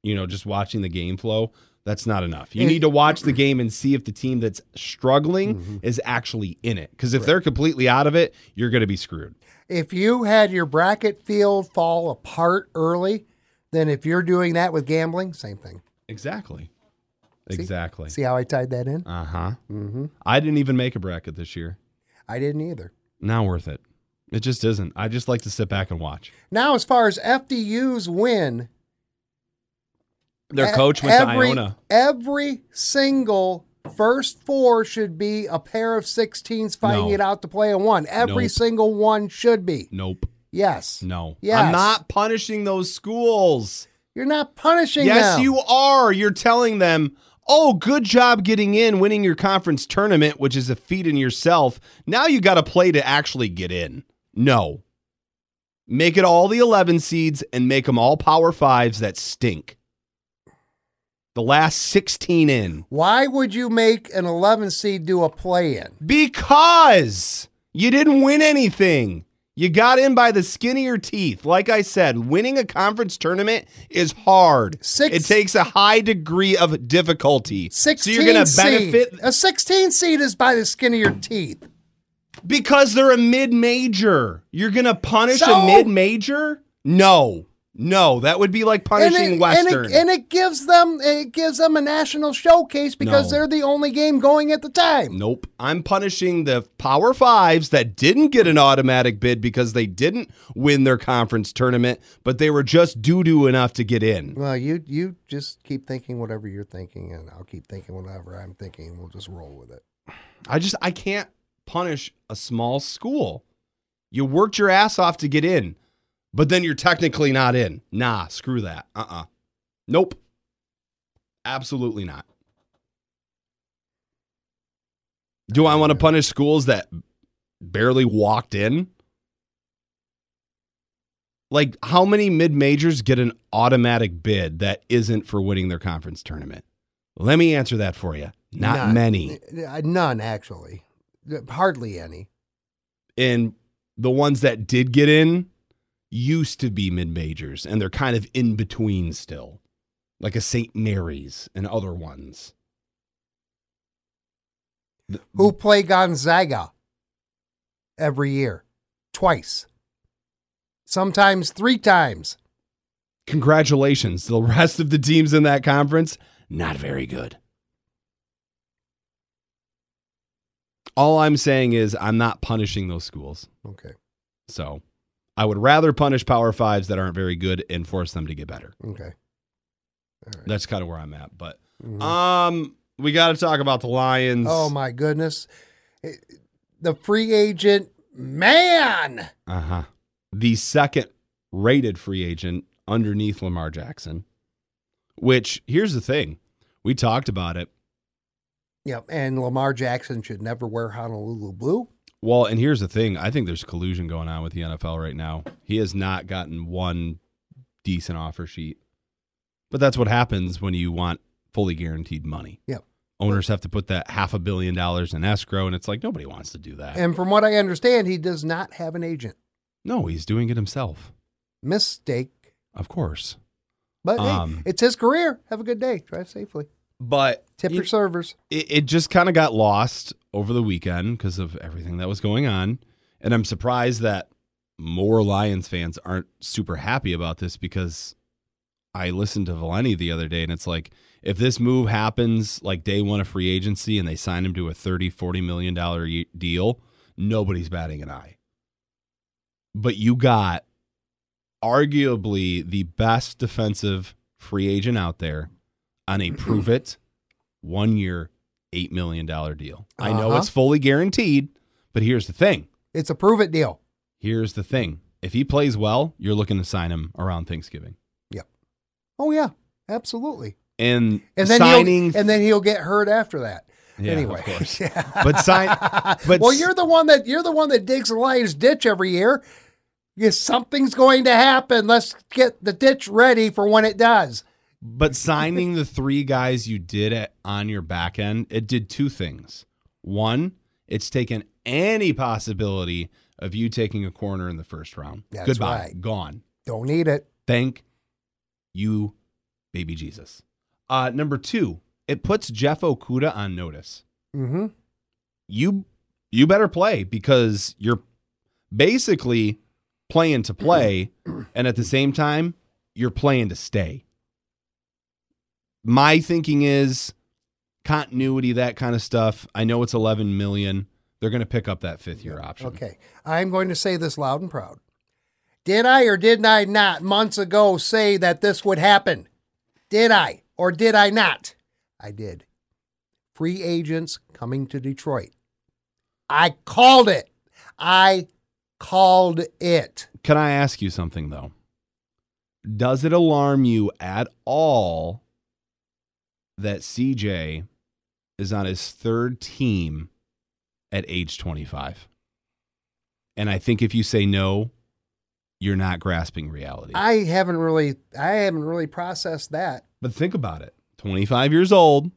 [SPEAKER 4] you know, just watching the game flow, that's not enough. You
[SPEAKER 5] And-
[SPEAKER 4] need to watch the game and see if the team that's struggling is actually in it. Because if they're completely out of it, you're going to be screwed.
[SPEAKER 5] if you had your bracket field fall apart early, then if you're doing that with gambling, same thing.
[SPEAKER 4] Exactly. Exactly.
[SPEAKER 5] See how I tied that in?
[SPEAKER 4] Uh huh. I didn't even make a bracket this year.
[SPEAKER 5] I didn't either.
[SPEAKER 4] Not worth it. It just isn't. I just like to sit back and watch.
[SPEAKER 5] Now, as far as FDU's win,
[SPEAKER 4] Their
[SPEAKER 5] e-
[SPEAKER 4] coach went
[SPEAKER 5] every,
[SPEAKER 4] to Iona.
[SPEAKER 5] Every single first four should be a pair of 16s fighting
[SPEAKER 4] No.
[SPEAKER 5] it out to play a one. Every
[SPEAKER 4] Nope.
[SPEAKER 5] single one should be.
[SPEAKER 4] Nope.
[SPEAKER 5] Yes.
[SPEAKER 4] No.
[SPEAKER 5] Yes.
[SPEAKER 4] I'm not punishing those schools.
[SPEAKER 5] You're not punishing
[SPEAKER 4] Yes,
[SPEAKER 5] them.
[SPEAKER 4] you are. You're telling them, oh, good job getting in, winning your conference tournament, which is a feat in yourself. Now you got to play to actually get in. No. Make it all the 11 seeds and make them all power fives that stink. The last 16 in.
[SPEAKER 5] Why would you make an 11 seed do a play in?
[SPEAKER 4] Because you didn't win anything. You got in by the skin of your teeth. Like I said, winning a conference tournament is hard.
[SPEAKER 5] Six-
[SPEAKER 4] it takes a high degree of difficulty.
[SPEAKER 5] 16
[SPEAKER 4] so you're going to
[SPEAKER 5] seed.
[SPEAKER 4] benefit
[SPEAKER 5] A 16 seed is by the skin of your teeth.
[SPEAKER 4] because they're a mid-major. You're going to punish
[SPEAKER 5] So-
[SPEAKER 4] a mid-major? No. No, that would be like
[SPEAKER 5] And
[SPEAKER 4] punishing
[SPEAKER 5] it, and,
[SPEAKER 4] Western.
[SPEAKER 5] it, and it gives them it gives them a national showcase because
[SPEAKER 4] No.
[SPEAKER 5] they're the only game going at the time.
[SPEAKER 4] Nope. I'm punishing the Power Fives that didn't get an automatic bid because they didn't win their conference tournament, but they were just doo doo enough to get in.
[SPEAKER 5] Well, you you just keep thinking whatever you're thinking, and I'll keep thinking whatever I'm thinking. and We'll just roll with it.
[SPEAKER 4] I just, I can't punish a small school. You worked your ass off to get in, but then you're technically not in. Nah, screw that. Uh uh Nope. Absolutely not. Do I want to punish schools that barely walked in? Like, how many mid majors get an automatic bid that isn't for winning their conference tournament? Let me answer that for you. Not
[SPEAKER 5] None.
[SPEAKER 4] many.
[SPEAKER 5] Uh, None actually, hardly any.
[SPEAKER 4] And the ones that did get in used to be mid majors, and they're kind of in between still, like a St. Mary's and other ones.
[SPEAKER 5] Who play Gonzaga every year, twice, sometimes three times.
[SPEAKER 4] Congratulations. The rest of the teams in that conference, not very good. All I'm saying is I'm not punishing those schools.
[SPEAKER 5] Okay.
[SPEAKER 4] So I would rather punish power fives that aren't very good and force them to get better.
[SPEAKER 5] Okay. All right.
[SPEAKER 4] That's kind of where I'm at. But
[SPEAKER 5] Mhm.
[SPEAKER 4] um we gotta talk about the Lions.
[SPEAKER 5] Oh my goodness. It- The free agent man.
[SPEAKER 4] Uh-huh. The second rated free agent underneath Lamar Jackson. Which here's the thing. We talked about it.
[SPEAKER 5] Yep. And Lamar Jackson should never wear Honolulu blue.
[SPEAKER 4] Well, and here's the thing. I think there's collusion going on with the NFL right now. He has not gotten one decent offer sheet. But that's what happens when you want fully guaranteed money.
[SPEAKER 5] Yep.
[SPEAKER 4] Owners have to put that half a billion dollars in escrow, and it's like nobody wants to do that.
[SPEAKER 5] And from what I understand, he does not have an agent.
[SPEAKER 4] no, he's doing it himself.
[SPEAKER 5] Mistake.
[SPEAKER 4] Of course.
[SPEAKER 5] But hey,
[SPEAKER 4] Um,
[SPEAKER 5] it's his career. Have a good day. Drive safely.
[SPEAKER 4] But
[SPEAKER 5] Tip
[SPEAKER 4] you-
[SPEAKER 5] your servers.
[SPEAKER 4] it, it just kind of got lost over the weekend because of everything that was going on. And I'm surprised that more Lions fans aren't super happy about this because I listened to Valeni the other day and it's like, if this move happens like day one of free agency and they sign him to a 30, 40 million dollar ye- deal, nobody's batting an eye. But you got arguably the best defensive free agent out there on a prove it one year, $8 million deal. I know
[SPEAKER 5] Uh-huh.
[SPEAKER 4] it's fully guaranteed, but here's the thing.
[SPEAKER 5] It's a prove it deal.
[SPEAKER 4] Here's the thing. If he plays well, you're looking to sign him around Thanksgiving.
[SPEAKER 5] Oh yeah, absolutely.
[SPEAKER 4] And,
[SPEAKER 5] And then
[SPEAKER 4] signing
[SPEAKER 5] he'll, and then he'll get hurt after that.
[SPEAKER 4] Yeah, of
[SPEAKER 5] anyway,
[SPEAKER 4] course.
[SPEAKER 5] Yeah.
[SPEAKER 4] But sign- but
[SPEAKER 5] well,
[SPEAKER 4] s-
[SPEAKER 5] you're the one that you're the one that digs the lion's ditch every year. Yes, something's going to happen. Let's get the ditch ready for when it does.
[SPEAKER 4] But signing the three guys you did at, on your back end, it did two things. One, it's taken any possibility of you taking a corner in the first round.
[SPEAKER 5] That's
[SPEAKER 4] Goodbye.
[SPEAKER 5] right.
[SPEAKER 4] Gone.
[SPEAKER 5] Don't need it.
[SPEAKER 4] Thank you, baby Jesus. Uh, number two, it puts Jeff Okuda on notice.
[SPEAKER 5] Mm-hmm.
[SPEAKER 4] you you better play because you're basically playing to play and at the same time you're playing to stay my thinking is continuity that kind of stuff i know it's 11 million they're going to pick up that fifth year option
[SPEAKER 5] Okay. I'm going to say this loud and proud. Did I or did I not months ago say that this would happen? Did I or did I not? I did. Free agents coming to Detroit. I called it. I called it.
[SPEAKER 4] can i ask you something though does it alarm you at all that cj is on his third team at age 25 and i think if you say no you're not grasping reality
[SPEAKER 5] I haven't really I haven't really processed that.
[SPEAKER 4] but think about it 25 years old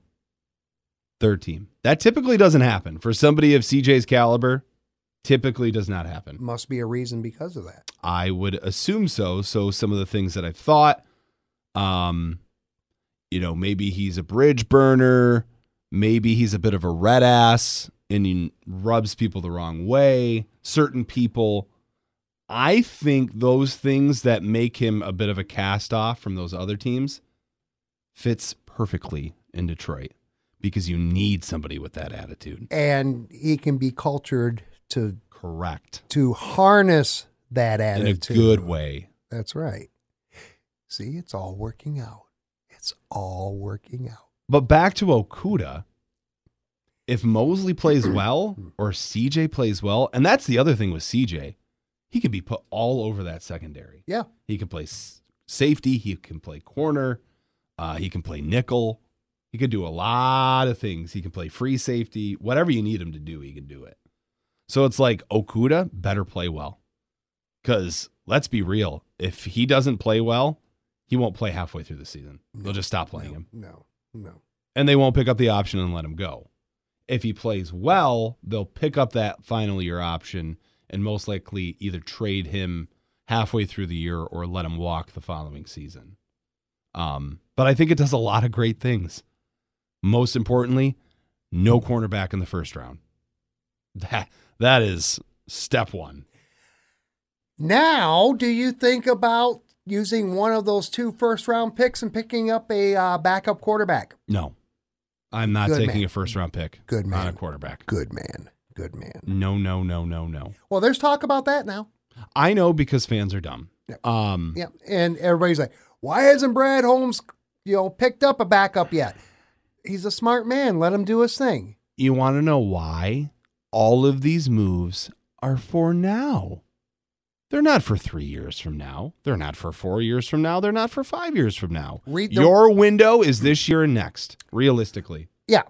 [SPEAKER 4] third team that typically doesn't happen for somebody of cj's caliber typically does not happen
[SPEAKER 5] Must be a reason because of that.
[SPEAKER 4] I would assume so. So some of the things that I've thought, um, you know, maybe he's a bridge burner, maybe he's a bit of a red ass and he rubs people the wrong way. Certain people, I think those things that make him a bit of a cast off from those other teams fits perfectly in Detroit because you need somebody with that attitude.
[SPEAKER 5] And he can be cultured to
[SPEAKER 4] Correct.
[SPEAKER 5] to harness that
[SPEAKER 4] In
[SPEAKER 5] attitude.
[SPEAKER 4] a good way.
[SPEAKER 5] That's right. See, it's all working out. It's all working out.
[SPEAKER 4] But back to Okuda, if Mosley plays well or CJ plays well, and that's the other thing with CJ, he could be put all over that secondary.
[SPEAKER 5] Yeah.
[SPEAKER 4] He can play s- safety, he can play corner, uh, he can play nickel, he could do a lot of things. He can play free safety, whatever you need him to do, he can do it. So it's like Okuda better play well. Because let's be real, if he doesn't play well, he won't play halfway through the season. They'll just stop playing him
[SPEAKER 5] No, no.
[SPEAKER 4] and they won't pick up the option and let him go. If he plays well, they'll pick up that final year option and most likely either trade him halfway through the year or let him walk the following season. Um, but I think it does a lot of great things. Most importantly, no cornerback in the first round. That that is step one.
[SPEAKER 5] Now, do you think about using one of those two first round picks and picking up a uh, backup quarterback.
[SPEAKER 4] No, I'm not
[SPEAKER 5] Good
[SPEAKER 4] taking
[SPEAKER 5] man.
[SPEAKER 4] a first round pick
[SPEAKER 5] Good
[SPEAKER 4] on a
[SPEAKER 5] man.
[SPEAKER 4] quarterback.
[SPEAKER 5] Good man. Good man.
[SPEAKER 4] No, no, no, no, no.
[SPEAKER 5] Well, there's talk about that now.
[SPEAKER 4] I know because fans are dumb.
[SPEAKER 5] Yep.
[SPEAKER 4] Um,
[SPEAKER 5] Yeah. And everybody's like, why hasn't Brad Holmes, you know, picked up a backup yet? He's a smart man. Let him do his thing.
[SPEAKER 4] You want to know why? All of these moves are for now. They're not for three years from now. They're not for four years from now. They're not for five years from now.
[SPEAKER 5] Read the-
[SPEAKER 4] Your window is this year and next, realistically.
[SPEAKER 5] Yeah.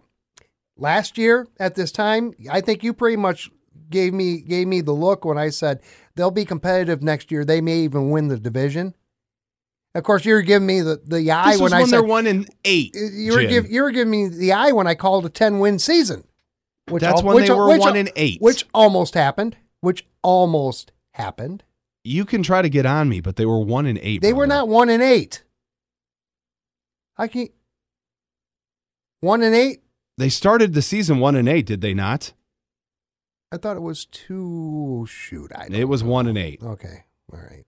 [SPEAKER 5] Last year at this time, I think you pretty much gave me gave me the look when I said they'll be competitive next year. They may even win the division. Of course, you were giving me the, the eye
[SPEAKER 4] this
[SPEAKER 5] when
[SPEAKER 4] is
[SPEAKER 5] I
[SPEAKER 4] when they're
[SPEAKER 5] said
[SPEAKER 4] one and eight.
[SPEAKER 5] you were
[SPEAKER 4] Jim.
[SPEAKER 5] give, you were giving me the eye when I called a ten win season. Which
[SPEAKER 4] That's
[SPEAKER 5] al-
[SPEAKER 4] when they were one and eight.
[SPEAKER 5] which almost happened. Which almost happened.
[SPEAKER 4] you can try to get on me, but they were one and eight.
[SPEAKER 5] They were
[SPEAKER 4] brother.
[SPEAKER 5] not one and eight. I can one and eight.
[SPEAKER 4] They started the season one and eight, did they not?
[SPEAKER 5] I thought it was two. Shoot, I
[SPEAKER 4] It
[SPEAKER 5] don't
[SPEAKER 4] was
[SPEAKER 5] know.
[SPEAKER 4] one and eight.
[SPEAKER 5] Okay, all right.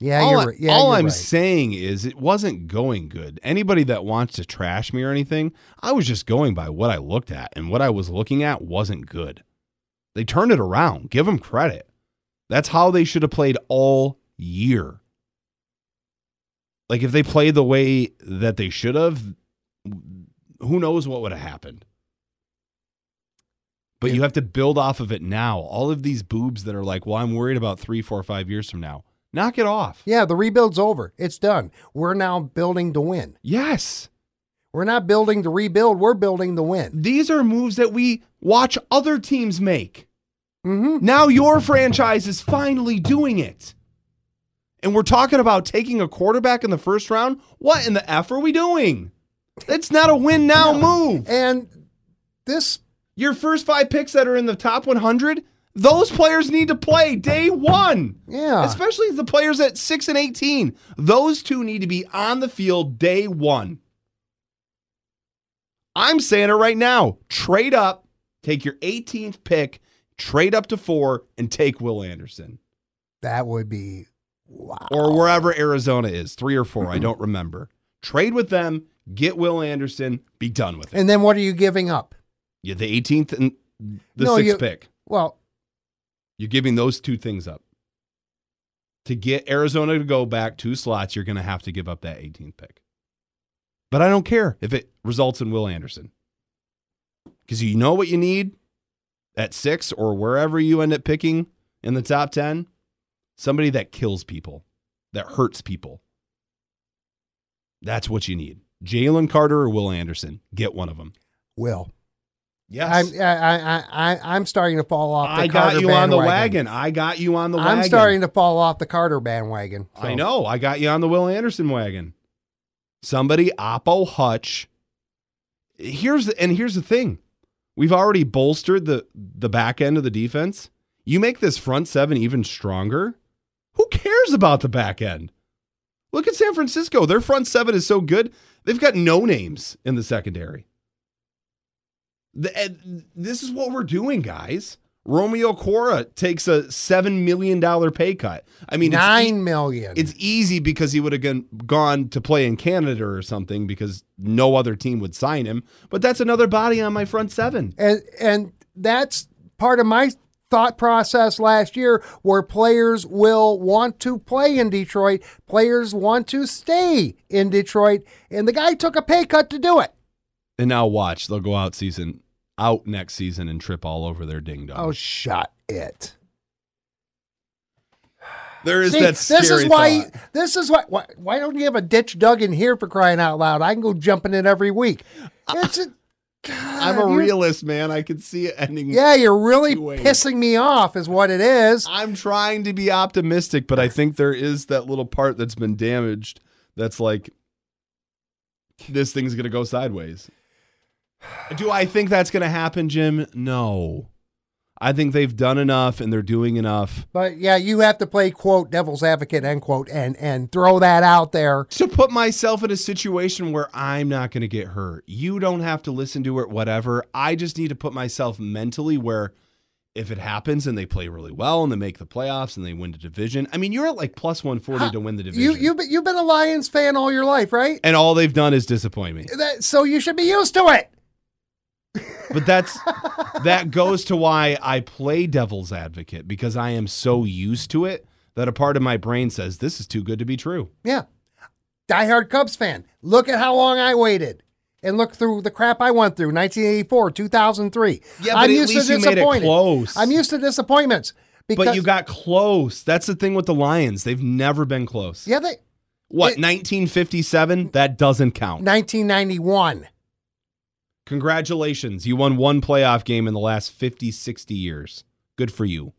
[SPEAKER 5] Yeah,
[SPEAKER 4] all
[SPEAKER 5] you're
[SPEAKER 4] I-
[SPEAKER 5] right. Yeah,
[SPEAKER 4] all
[SPEAKER 5] you're
[SPEAKER 4] I'm
[SPEAKER 5] right.
[SPEAKER 4] saying is it wasn't going good. Anybody that wants to trash me or anything, I was just going by what I looked at, and what I was looking at wasn't good. They turned it around. Give them credit. That's how they should have played all year. Like if they played the way that they should have, who knows what would have happened. But you have to build off of it now. All of these boobs that are like, well, I'm worried about three, four, five years from now. Knock it off.
[SPEAKER 5] Yeah, the rebuild's over. It's done. We're now building to win.
[SPEAKER 4] Yes.
[SPEAKER 5] We're not building to rebuild. We're building to win.
[SPEAKER 4] These are moves that we watch other teams make.
[SPEAKER 5] Mm-hmm.
[SPEAKER 4] Now your franchise is finally doing it. And we're talking about taking a quarterback in the first round? What in the F are we doing? That's not a win now move.
[SPEAKER 5] And this,
[SPEAKER 4] Your first five picks that are in the top 100, those players need to play day one.
[SPEAKER 5] yeah,
[SPEAKER 4] Especially the players at 6 and 18. Those two need to be on the field day one. I'm saying it right now. Trade up, take your 18th pick, trade up to four, and take Will Anderson
[SPEAKER 5] that would be wow.
[SPEAKER 4] or wherever Arizona is, three or four. I don't remember. Trade with them, get Will Anderson, be done with it.
[SPEAKER 5] And then what are you giving up?
[SPEAKER 4] Yeah, the 18th and the
[SPEAKER 5] No,
[SPEAKER 4] sixth
[SPEAKER 5] you-
[SPEAKER 4] pick.
[SPEAKER 5] Well,
[SPEAKER 4] You're giving those two things up. To get Arizona to go back two slots, you're going to have to give up that 18th pick. But I don't care if it results in Will Anderson. Because you know what you need at six or wherever you end up picking in the top 10 somebody that kills people, that hurts people. That's what you need. Jalen Carter or Will Anderson. Get one of them.
[SPEAKER 5] Will
[SPEAKER 4] Yes.
[SPEAKER 5] I'm I, I I I'm starting to fall off. The
[SPEAKER 4] I got
[SPEAKER 5] Carter
[SPEAKER 4] you on the
[SPEAKER 5] bandwagon.
[SPEAKER 4] wagon. I got you on the wagon.
[SPEAKER 5] I'm starting to fall off the Carter bandwagon. so-
[SPEAKER 4] I know. I got you on the Will Anderson wagon. Somebody, Oppo Hutch. Here's the, and here's the thing. We've already bolstered the the back end of the defense. You make this front seven even stronger. Who cares about the back end? Look at San Francisco. Their front seven is so good. They've got no names in the secondary. The- and this is what we're doing, guys. Romeo Cora takes a seven million dollar pay cut. I mean, it's e-
[SPEAKER 5] Nine million.
[SPEAKER 4] it's easy because he would have gone, gone to play in Canada or something because no other team would sign him. But that's another body on my front seven.
[SPEAKER 5] and and that's part of my thought process last year where players will want to play in Detroit, players want to stay in Detroit, and the guy took a pay cut to do it.
[SPEAKER 4] And now watch, they'll go out season out next season and trip all over their ding dong.
[SPEAKER 5] Oh, shut it.
[SPEAKER 4] there is
[SPEAKER 5] See,
[SPEAKER 4] that
[SPEAKER 5] this
[SPEAKER 4] scary
[SPEAKER 5] is why
[SPEAKER 4] thought.
[SPEAKER 5] this is why, why why don't you have a ditch dug in here for crying out loud? I can go jumping in every week.
[SPEAKER 4] Uh,
[SPEAKER 5] It's a,
[SPEAKER 4] I'm
[SPEAKER 5] God,
[SPEAKER 4] a
[SPEAKER 5] you-
[SPEAKER 4] realist, man. I can see it ending.
[SPEAKER 5] Yeah, you're really
[SPEAKER 4] Two ways.
[SPEAKER 5] pissing me off is what it is.
[SPEAKER 4] I'm trying to be optimistic, but I think there is that little part that's been damaged. That's like this thing's gonna go sideways. Do I think that's gonna happen, Jim? No. I think they've done enough and they're doing enough
[SPEAKER 5] But yeah, you have to play quote devil's advocate end quote and and throw that out there.
[SPEAKER 4] to put myself in a situation where I'm not gonna get hurt. You don't have to listen to it, whatever. I just need to put myself mentally where if it happens and they play really well and they make the playoffs and they win the division, I mean, you're at like plus 140 to win the division.
[SPEAKER 5] You you you've been a Lions fan all your life, right?
[SPEAKER 4] and all they've done is disappoint me.
[SPEAKER 5] That, so you should be used to it.
[SPEAKER 4] But that's that goes to why I play devil's advocate because I am so used to it that a part of my brain says this is too good to be true.
[SPEAKER 5] Yeah. Diehard Cubs fan. Look at how long I waited. And look through the crap I went through 1984, 2003.
[SPEAKER 4] Yeah, but at least you made it
[SPEAKER 5] disappointed-
[SPEAKER 4] close.
[SPEAKER 5] I'm used to disappointments. Because,
[SPEAKER 4] But you got close. That's the thing with the Lions. They've never been close.
[SPEAKER 5] Yeah, they,
[SPEAKER 4] What,
[SPEAKER 5] it-
[SPEAKER 4] 1957? That doesn't count.
[SPEAKER 5] 1991.
[SPEAKER 4] Congratulations. You won one playoff game in the last 50, 60 years. Good for you.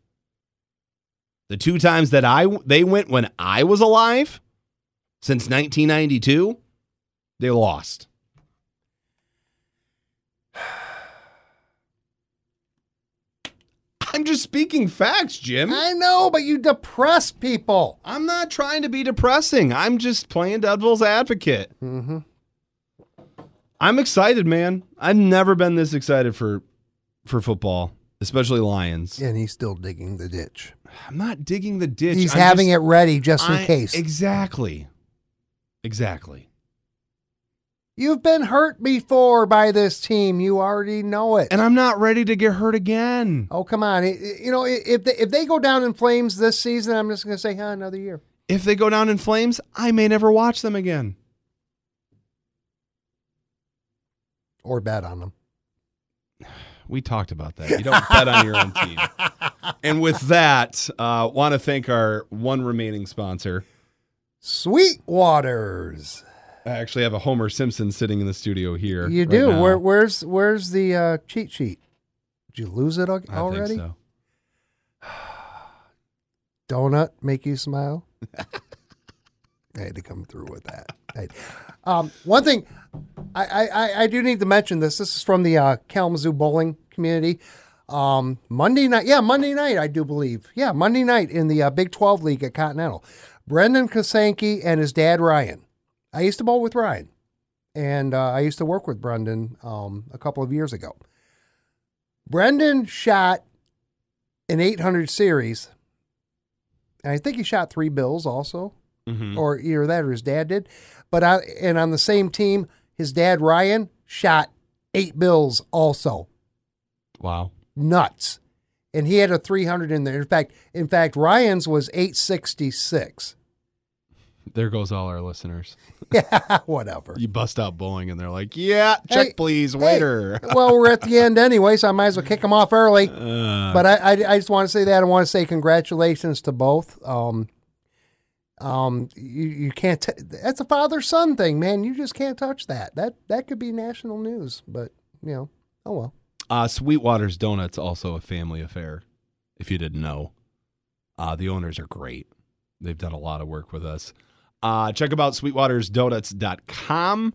[SPEAKER 4] The two times that I they went when I was alive since 1992, they lost. I'm just speaking facts, Jim.
[SPEAKER 5] I know, but you depress people.
[SPEAKER 4] I'm not trying to be depressing. I'm just playing devil's advocate.
[SPEAKER 5] Mm-hmm.
[SPEAKER 4] I'm excited, man. I've never been this excited for for football, especially Lions.
[SPEAKER 5] And he's still digging the ditch.
[SPEAKER 4] I'm not digging the ditch.
[SPEAKER 5] He's having it ready just in case.
[SPEAKER 4] Exactly. Exactly.
[SPEAKER 5] You've been hurt before by this team. You already know it.
[SPEAKER 4] And I'm not ready to get hurt again.
[SPEAKER 5] Oh come on! It- it- you know, i- if they, if they go down in flames this season, I'm just going to say, huh, another year.
[SPEAKER 4] If they go down in flames, I may never watch them again.
[SPEAKER 5] or bet on them.
[SPEAKER 4] We talked about that. You don't bet on your own team. And with that, uh, want to thank our one remaining sponsor.
[SPEAKER 5] Sweetwaters.
[SPEAKER 4] I actually have a Homer Simpson sitting in the studio here.
[SPEAKER 5] You
[SPEAKER 4] right
[SPEAKER 5] do.
[SPEAKER 4] now.
[SPEAKER 5] Where, where's where's the uh, cheat sheet? Did you lose it al-
[SPEAKER 4] I think
[SPEAKER 5] already?
[SPEAKER 4] so.
[SPEAKER 5] Donut make you smile. I had to come through with that. I- um, one thing, I, I I- I do need to mention this. This is from the uh, Kalamazoo bowling community. Um, Monday night, yeah, Monday night, I do believe, yeah, Monday night in the uh, Big Twelve League at Continental. Brendan Kasanke and his dad Ryan. I used to bowl with Ryan, and uh, I used to work with Brendan um, a couple of years ago. Brendan shot an 800 series, and I think he shot three bills also, or either that or his dad did. But I, and on the same team, his dad Ryan shot eight bills also
[SPEAKER 4] Wow.
[SPEAKER 5] nuts. And he had a 300 in there. In fact, in fact, Ryan's was 866.
[SPEAKER 4] There goes all our listeners.
[SPEAKER 5] Yeah, whatever.
[SPEAKER 4] You bust out bowling and they're like, yeah,
[SPEAKER 5] Hey,
[SPEAKER 4] check please,
[SPEAKER 5] hey,
[SPEAKER 4] waiter.
[SPEAKER 5] well, we're at the end anyway, so I might as well kick him off early.
[SPEAKER 4] Uh.
[SPEAKER 5] but I, I, I just want to say that I want to say congratulations to both. Um, um, you, you can't. T- that's a father son thing, man. You just can't touch that. That that could be national news, but you know, oh well.
[SPEAKER 4] Uh, Sweetwater's Donuts also a family affair, if you didn't know. Uh, the owners are great. They've done a lot of work with us. Uh, check them out sweetwatersdonuts.com.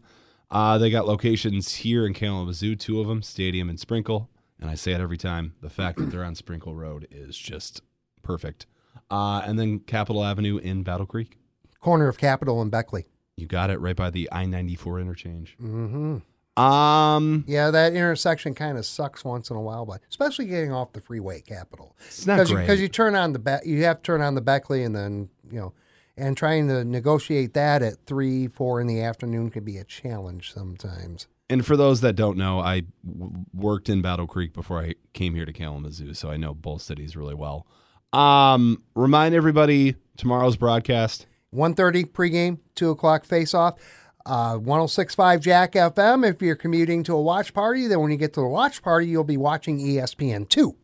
[SPEAKER 4] Uh, they got locations here in Kalamazoo, two of them, Stadium and Sprinkle. And I say it every time. The fact that they're on Sprinkle Road is just perfect. Uh, and then Capitol Avenue in Battle Creek.
[SPEAKER 5] Corner of Capitol and Beckley.
[SPEAKER 4] You got it right by the I 94 interchange.
[SPEAKER 5] Mm-hmm.
[SPEAKER 4] Um,
[SPEAKER 5] Yeah, that intersection kind of sucks once in a while, but especially getting off the freeway Capitol.
[SPEAKER 4] it's not
[SPEAKER 5] because
[SPEAKER 4] great.
[SPEAKER 5] you, turn on the Be- you have to turn on the Beckley and then you know and trying to negotiate that at three four in the afternoon can be a challenge sometimes.
[SPEAKER 4] And for those that don't know, I w- worked in Battle Creek before I came here to Kalamazoo, so I know both cities really well. Um, remind everybody tomorrow's broadcast.
[SPEAKER 5] 1.30 pregame, two o'clock face off. Uh, 106.5 Jack FM. If you're commuting to a watch party, then when you get to the watch party, you'll be watching E ESPN two.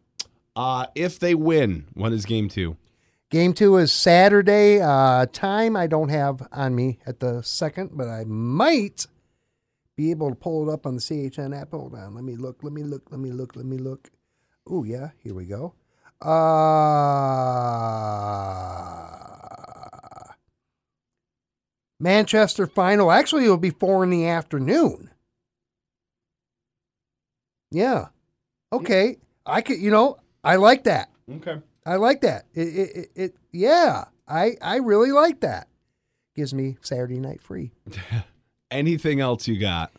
[SPEAKER 4] Uh, if they win, when is game two?
[SPEAKER 5] Game two is Saturday. Uh, time I don't have on me at the second, but I might be able to pull it up on the CHN app. Hold on. Let me look. Let me look. Let me look. Let me look. Oh, yeah. Here we go. Uh, Manchester final. Actually, it'll be four in the afternoon. Yeah. Okay. I could, you know, I like that.
[SPEAKER 4] Okay.
[SPEAKER 5] I like that. It, it, it, it yeah, I, I really like that. Gives me Saturday night free.
[SPEAKER 4] Anything else you got?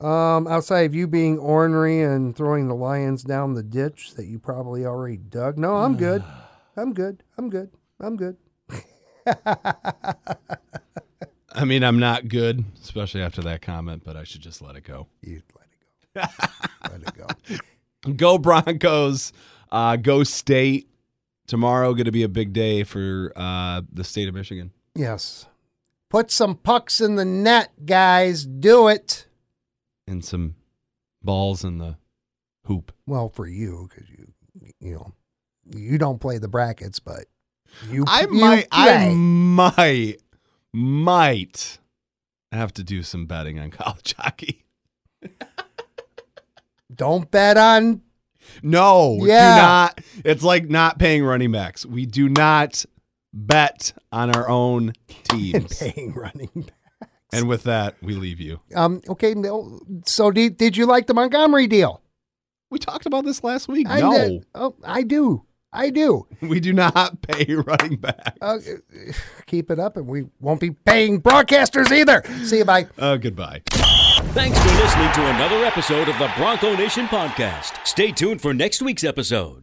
[SPEAKER 5] Um, outside of you being ornery and throwing the lions down the ditch that you probably already dug. No, I'm good. I'm good. I'm good. I'm good.
[SPEAKER 4] I mean, I'm not good, especially after that comment, but I should just let it go.
[SPEAKER 5] You let it go. let it go.
[SPEAKER 4] Go Broncos. Uh, go State. Tomorrow going to be a big day for uh, the state of Michigan.
[SPEAKER 5] Yes. Put some pucks in the net, guys. Do it.
[SPEAKER 4] And some balls in the hoop.
[SPEAKER 5] Well, for you, because you, you know, you don't play the brackets, but you.
[SPEAKER 4] I
[SPEAKER 5] you
[SPEAKER 4] might, I
[SPEAKER 5] play.
[SPEAKER 4] might, might have to do some betting on college hockey.
[SPEAKER 5] Don't bet on.
[SPEAKER 4] No,
[SPEAKER 5] Yeah.
[SPEAKER 4] do not. It's like not paying running backs. We do not bet on our own teams.
[SPEAKER 5] Paying running back.
[SPEAKER 4] and with that, we leave you.
[SPEAKER 5] Um. Okay. No. So did did you like the Montgomery deal?
[SPEAKER 4] We talked about this last week.
[SPEAKER 5] I
[SPEAKER 4] no,
[SPEAKER 5] did- oh, I do. I do.
[SPEAKER 4] we do not pay running backs.
[SPEAKER 5] Uh, keep it up, and we won't be paying broadcasters either. See you. Bye.
[SPEAKER 4] Uh, goodbye.
[SPEAKER 3] Thanks for listening to another episode of the Bronco Nation podcast. Stay tuned for next week's episode.